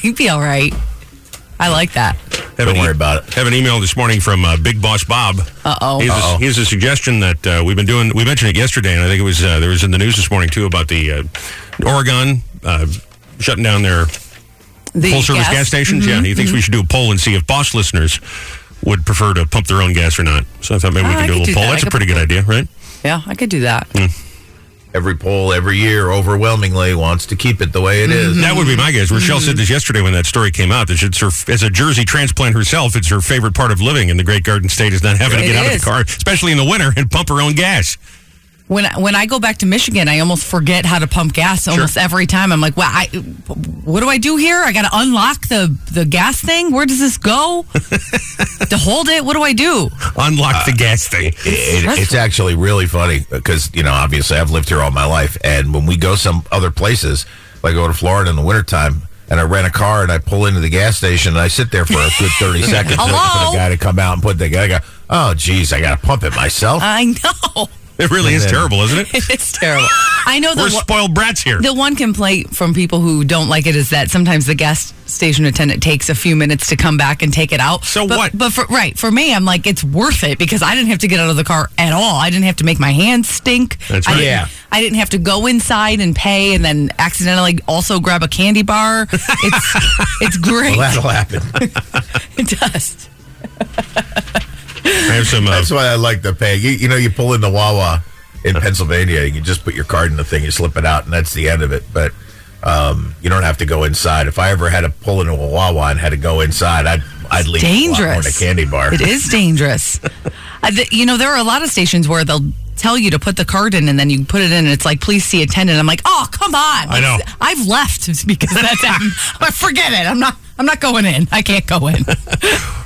[SPEAKER 4] You'd be all right. I like that.
[SPEAKER 2] Don't worry about it. Have an email this morning from uh, Big Boss Bob.
[SPEAKER 4] Uh-oh.
[SPEAKER 2] He has,
[SPEAKER 4] Uh-oh.
[SPEAKER 2] A, he has a suggestion that uh, we've been doing. We mentioned it yesterday, and I think it was uh, there was in the news this morning too about the uh, Oregon uh, shutting down their
[SPEAKER 4] The
[SPEAKER 2] full service gas, stations.
[SPEAKER 4] Mhm,
[SPEAKER 2] Yeah, he thinks
[SPEAKER 4] mhm.
[SPEAKER 2] we should do a poll and see if Boss listeners would prefer to pump their own gas or not. So I thought maybe we
[SPEAKER 4] Oh,
[SPEAKER 2] could
[SPEAKER 4] I
[SPEAKER 2] do a
[SPEAKER 4] could
[SPEAKER 2] little
[SPEAKER 4] do
[SPEAKER 2] poll.
[SPEAKER 4] that. I
[SPEAKER 2] That's a
[SPEAKER 4] could
[SPEAKER 2] pretty good idea, right?
[SPEAKER 4] Yeah, I could do that.
[SPEAKER 2] Hmm.
[SPEAKER 3] Every poll every year overwhelmingly wants to keep it the way it is.
[SPEAKER 2] That would be my guess. Rochelle said this yesterday when that story came out. That it's her, as a Jersey transplant herself, it's her favorite part of living in the Great Garden State is not having to
[SPEAKER 4] It
[SPEAKER 2] get out of
[SPEAKER 4] is.
[SPEAKER 2] the car, especially in the winter, and pump her own gas.
[SPEAKER 4] When I- when I go back to Michigan, I almost forget how to pump gas almost every time. I'm like, wow, I, what do I do here? I got to unlock the the gas thing. Where does this go? to hold it, what do I do?
[SPEAKER 2] Unlock the gas thing.
[SPEAKER 3] It, it- it's actually really funny because you know obviously I've lived here all my life, and when we go some other places, like I go to Florida in the wintertime, and I rent a car and I pull into the gas station and I sit there for a good thirty seconds waiting for
[SPEAKER 4] Hello?
[SPEAKER 3] the guy to come out and put the guy. I go, oh geez, I got to pump it myself.
[SPEAKER 4] I know.
[SPEAKER 2] It really is
[SPEAKER 3] Yeah.
[SPEAKER 2] terrible, isn't it?
[SPEAKER 4] It's terrible. I know the
[SPEAKER 2] We're
[SPEAKER 4] one-
[SPEAKER 2] spoiled brats here.
[SPEAKER 4] the one complaint from people who don't like it is that sometimes the gas station attendant takes a few minutes to come back and take it out. So but,
[SPEAKER 2] what?
[SPEAKER 4] But for, right for me, I'm like it's worth it because I didn't have to get out of the car at all. I didn't have to make my hands stink.
[SPEAKER 2] That's
[SPEAKER 4] I
[SPEAKER 2] right.
[SPEAKER 4] didn't-
[SPEAKER 2] Yeah.
[SPEAKER 4] I didn't have to go inside and pay and then accidentally also grab a candy bar. It's it's great.
[SPEAKER 3] Well, that'll happen.
[SPEAKER 4] it does.
[SPEAKER 2] I have some. Uh,
[SPEAKER 3] That's why I like the pay. You, you know, you pull in the Wawa in Pennsylvania, you can just put your card in the thing, you slip it out, and that's the end of it. But um, you don't have to go inside. If I ever had to pull into a Wawa and had to go inside, I'd I'd leave a lot more
[SPEAKER 4] dangerous.
[SPEAKER 3] in a candy bar.
[SPEAKER 4] It is dangerous. I th- you know, there are a lot of stations where they'll tell you to put the card in and then you put it in and it's like, please see attendant. I'm like, oh, come on.
[SPEAKER 2] I know.
[SPEAKER 4] I've left because that's happened. But forget it. I'm not. I'm not going in. I can't go in.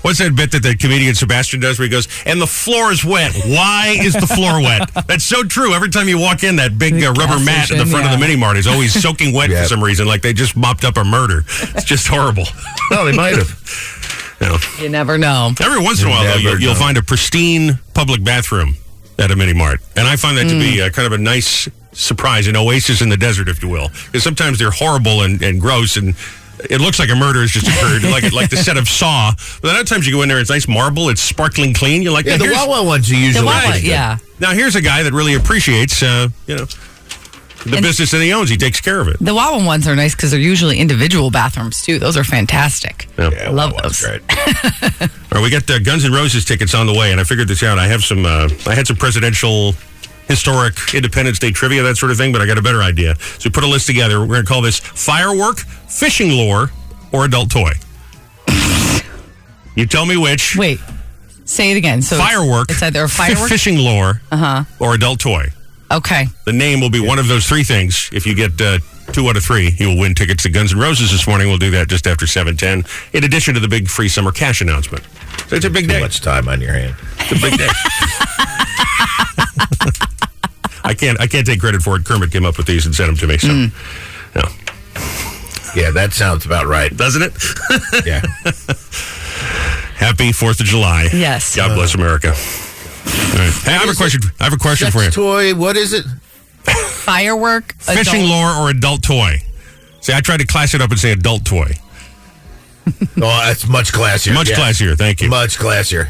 [SPEAKER 2] What's that bit that the comedian Sebastian does where he goes, and the floor is wet. Why is the floor wet? That's so true. Every time you walk in, that big uh, rubber
[SPEAKER 14] gas
[SPEAKER 2] mat at the
[SPEAKER 14] station,
[SPEAKER 2] front of the
[SPEAKER 14] yeah.
[SPEAKER 2] mini mart is always soaking wet for some reason, like they just mopped up a murder. It's just horrible.
[SPEAKER 3] No, they might have.
[SPEAKER 4] You never know.
[SPEAKER 2] Every once in a
[SPEAKER 4] You
[SPEAKER 2] while, though, you,
[SPEAKER 4] never
[SPEAKER 2] you'll
[SPEAKER 4] know.
[SPEAKER 2] find a pristine public bathroom at a mini mart, and I find that to be uh, kind of a nice surprise, an oasis in the desert, if you will. Because sometimes they're horrible and, and gross, and it looks like a murder has just occurred, like like the set of Saw. But other times you go in there, it's nice marble, it's sparkling clean. You like
[SPEAKER 3] Yeah,
[SPEAKER 2] that.
[SPEAKER 3] the Wawa ones are The usually Wawa, pretty good. yeah.
[SPEAKER 2] Now here's a guy that really appreciates, uh, you know, the business that he owns. He takes care of it.
[SPEAKER 4] The Wawa ones are nice because they're usually individual bathrooms too. Those are fantastic.
[SPEAKER 2] Yeah, love those. All right, we got the Guns N' Roses tickets on the way, and I figured this out. I have some, uh, I had some presidential, historic Independence Day trivia, that sort of thing, but I got a better idea. So we put a list together. We're going to call this firework, fishing lure, or adult toy. you tell me which.
[SPEAKER 4] Wait. Say it again. So it's-
[SPEAKER 2] Firework.
[SPEAKER 4] It's either a
[SPEAKER 2] fi-
[SPEAKER 4] firework.
[SPEAKER 2] fishing lure,
[SPEAKER 4] Uh huh.
[SPEAKER 2] or adult toy.
[SPEAKER 4] Okay.
[SPEAKER 2] The name will be one of those three things. If you get uh, two out of three, you will win tickets to Guns N' Roses this morning. We'll do that just after 710, in addition to the big free summer cash announcement. So it's a big day. much
[SPEAKER 3] time on your hand.
[SPEAKER 2] It's a big day. I can't. I can't take credit for it. Kermit came up with these and sent them to me. So, yeah.
[SPEAKER 3] Yeah, that sounds about right,
[SPEAKER 2] doesn't it?
[SPEAKER 3] yeah.
[SPEAKER 2] Happy Fourth of July.
[SPEAKER 4] Yes.
[SPEAKER 2] God bless America. All right. Hey, I have a question. I have a question for you.
[SPEAKER 3] Toy, what is it?
[SPEAKER 4] Firework.
[SPEAKER 2] Fishing
[SPEAKER 4] adult-
[SPEAKER 2] lure or adult toy? See, I tried to class it up and say adult toy.
[SPEAKER 3] Oh, that's much classier.
[SPEAKER 2] Much
[SPEAKER 3] yeah.
[SPEAKER 2] classier. Thank you.
[SPEAKER 3] Much classier.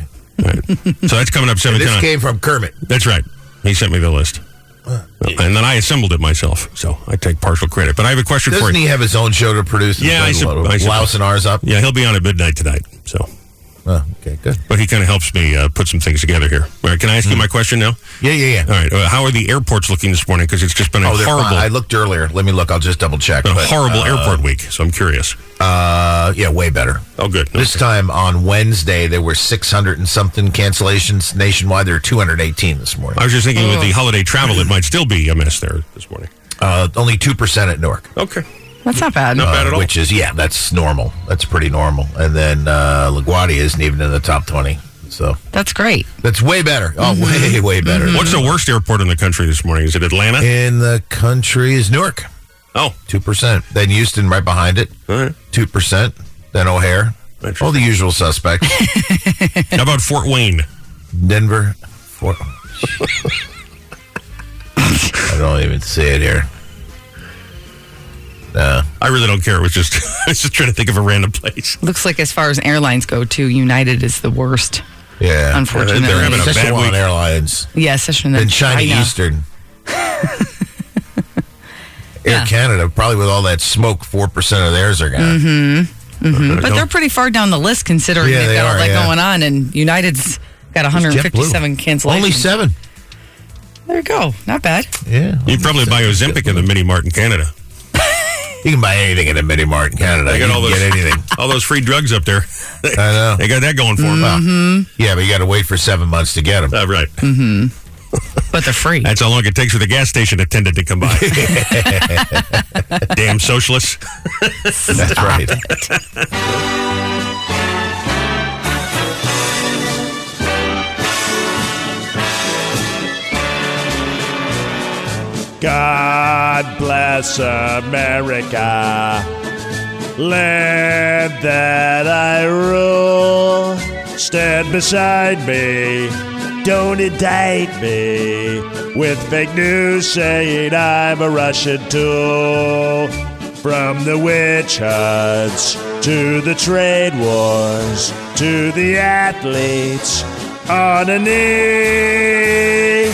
[SPEAKER 2] So that's coming up
[SPEAKER 3] And
[SPEAKER 2] seven
[SPEAKER 3] this
[SPEAKER 2] times.
[SPEAKER 3] came from Kermit.
[SPEAKER 2] That's right. He sent me the list. And then I assembled it myself, so I take partial credit. But I have a question for you.
[SPEAKER 3] Doesn't he have his own show to produce?
[SPEAKER 2] Yeah, I, sup- I sup-
[SPEAKER 3] Lousing ours up.
[SPEAKER 2] Yeah, he'll be on at midnight tonight. So,
[SPEAKER 3] Oh, okay, good.
[SPEAKER 2] but he kind of helps me uh, put some things together here. All right, can I ask
[SPEAKER 3] Hmm.
[SPEAKER 2] you my question now?
[SPEAKER 3] Yeah, yeah, yeah.
[SPEAKER 2] All right. Uh, how are the airports looking this morning? Because it's just been a
[SPEAKER 3] Oh, they're
[SPEAKER 2] horrible,
[SPEAKER 3] fine. I looked earlier. Let me look. I'll just double check.
[SPEAKER 2] been a
[SPEAKER 3] but,
[SPEAKER 2] horrible
[SPEAKER 3] uh,
[SPEAKER 2] airport week. So I'm curious.
[SPEAKER 3] Uh, yeah, way better.
[SPEAKER 2] Oh, good.
[SPEAKER 3] This time on Wednesday, there were 600 and something cancellations nationwide. There were 218 this morning.
[SPEAKER 2] I was just thinking with
[SPEAKER 3] Oh.
[SPEAKER 2] the holiday travel, it might still be a mess there this morning.
[SPEAKER 3] Uh, only 2% at Newark.
[SPEAKER 2] Okay.
[SPEAKER 4] That's not bad.
[SPEAKER 3] Uh, Which is, yeah, that's normal. That's pretty normal. And then uh, LaGuardia isn't even in the top 20. So
[SPEAKER 4] That's great.
[SPEAKER 3] that's way better. Oh,
[SPEAKER 2] Mm-hmm.
[SPEAKER 3] way, way better.
[SPEAKER 2] What's the worst airport in the country this morning? Is it Atlanta?
[SPEAKER 3] in the country is Newark.
[SPEAKER 2] Oh.
[SPEAKER 3] 2%. Then Houston right behind it. 2%. Then O'Hare. All the usual suspects.
[SPEAKER 2] How about Fort Wayne?
[SPEAKER 3] Denver. Fort. I don't even see it here. No.
[SPEAKER 2] I really don't care. It was just I was just trying to think of a random place.
[SPEAKER 4] Looks like as far as airlines go, too, United is the worst.
[SPEAKER 3] Yeah.
[SPEAKER 4] Unfortunately.
[SPEAKER 3] They're having a bad
[SPEAKER 4] Sichuan
[SPEAKER 3] week. Airlines.
[SPEAKER 4] Yeah, session
[SPEAKER 3] Then
[SPEAKER 4] in
[SPEAKER 3] China, Eastern. Air Canada, probably with all that smoke, 4% of theirs are gone.
[SPEAKER 4] Mm-hmm. hmm But they're pretty far down the list considering
[SPEAKER 3] Yeah,
[SPEAKER 4] they've
[SPEAKER 3] they
[SPEAKER 4] got
[SPEAKER 3] are,
[SPEAKER 4] all that
[SPEAKER 3] yeah.
[SPEAKER 4] going on, and United's got 157 cancellations.
[SPEAKER 3] Only seven.
[SPEAKER 4] There you go. Not bad.
[SPEAKER 3] Yeah.
[SPEAKER 2] You probably buy Ozempic in the mini mart in Canada.
[SPEAKER 3] You can buy anything in a mini mart in Canada.
[SPEAKER 2] They got
[SPEAKER 3] You
[SPEAKER 2] all
[SPEAKER 3] can
[SPEAKER 2] those,
[SPEAKER 3] get anything.
[SPEAKER 2] all those free drugs up there. I
[SPEAKER 3] know.
[SPEAKER 2] They got that going for them.
[SPEAKER 3] Yeah, but you got to wait for seven months to get them.
[SPEAKER 2] Uh, right.
[SPEAKER 4] Mm-hmm. But they're free.
[SPEAKER 2] That's how long it takes for the gas station attendant to come by. Damn socialists.
[SPEAKER 3] That's right.
[SPEAKER 15] God bless America, land that I rule. Stand beside me, don't indict me with fake news saying I'm a Russian tool. From the witch hunts to the trade wars to the athletes on a knee.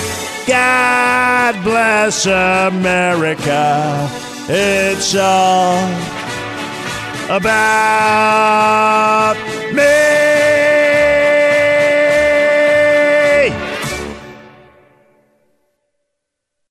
[SPEAKER 15] God bless America. It's all about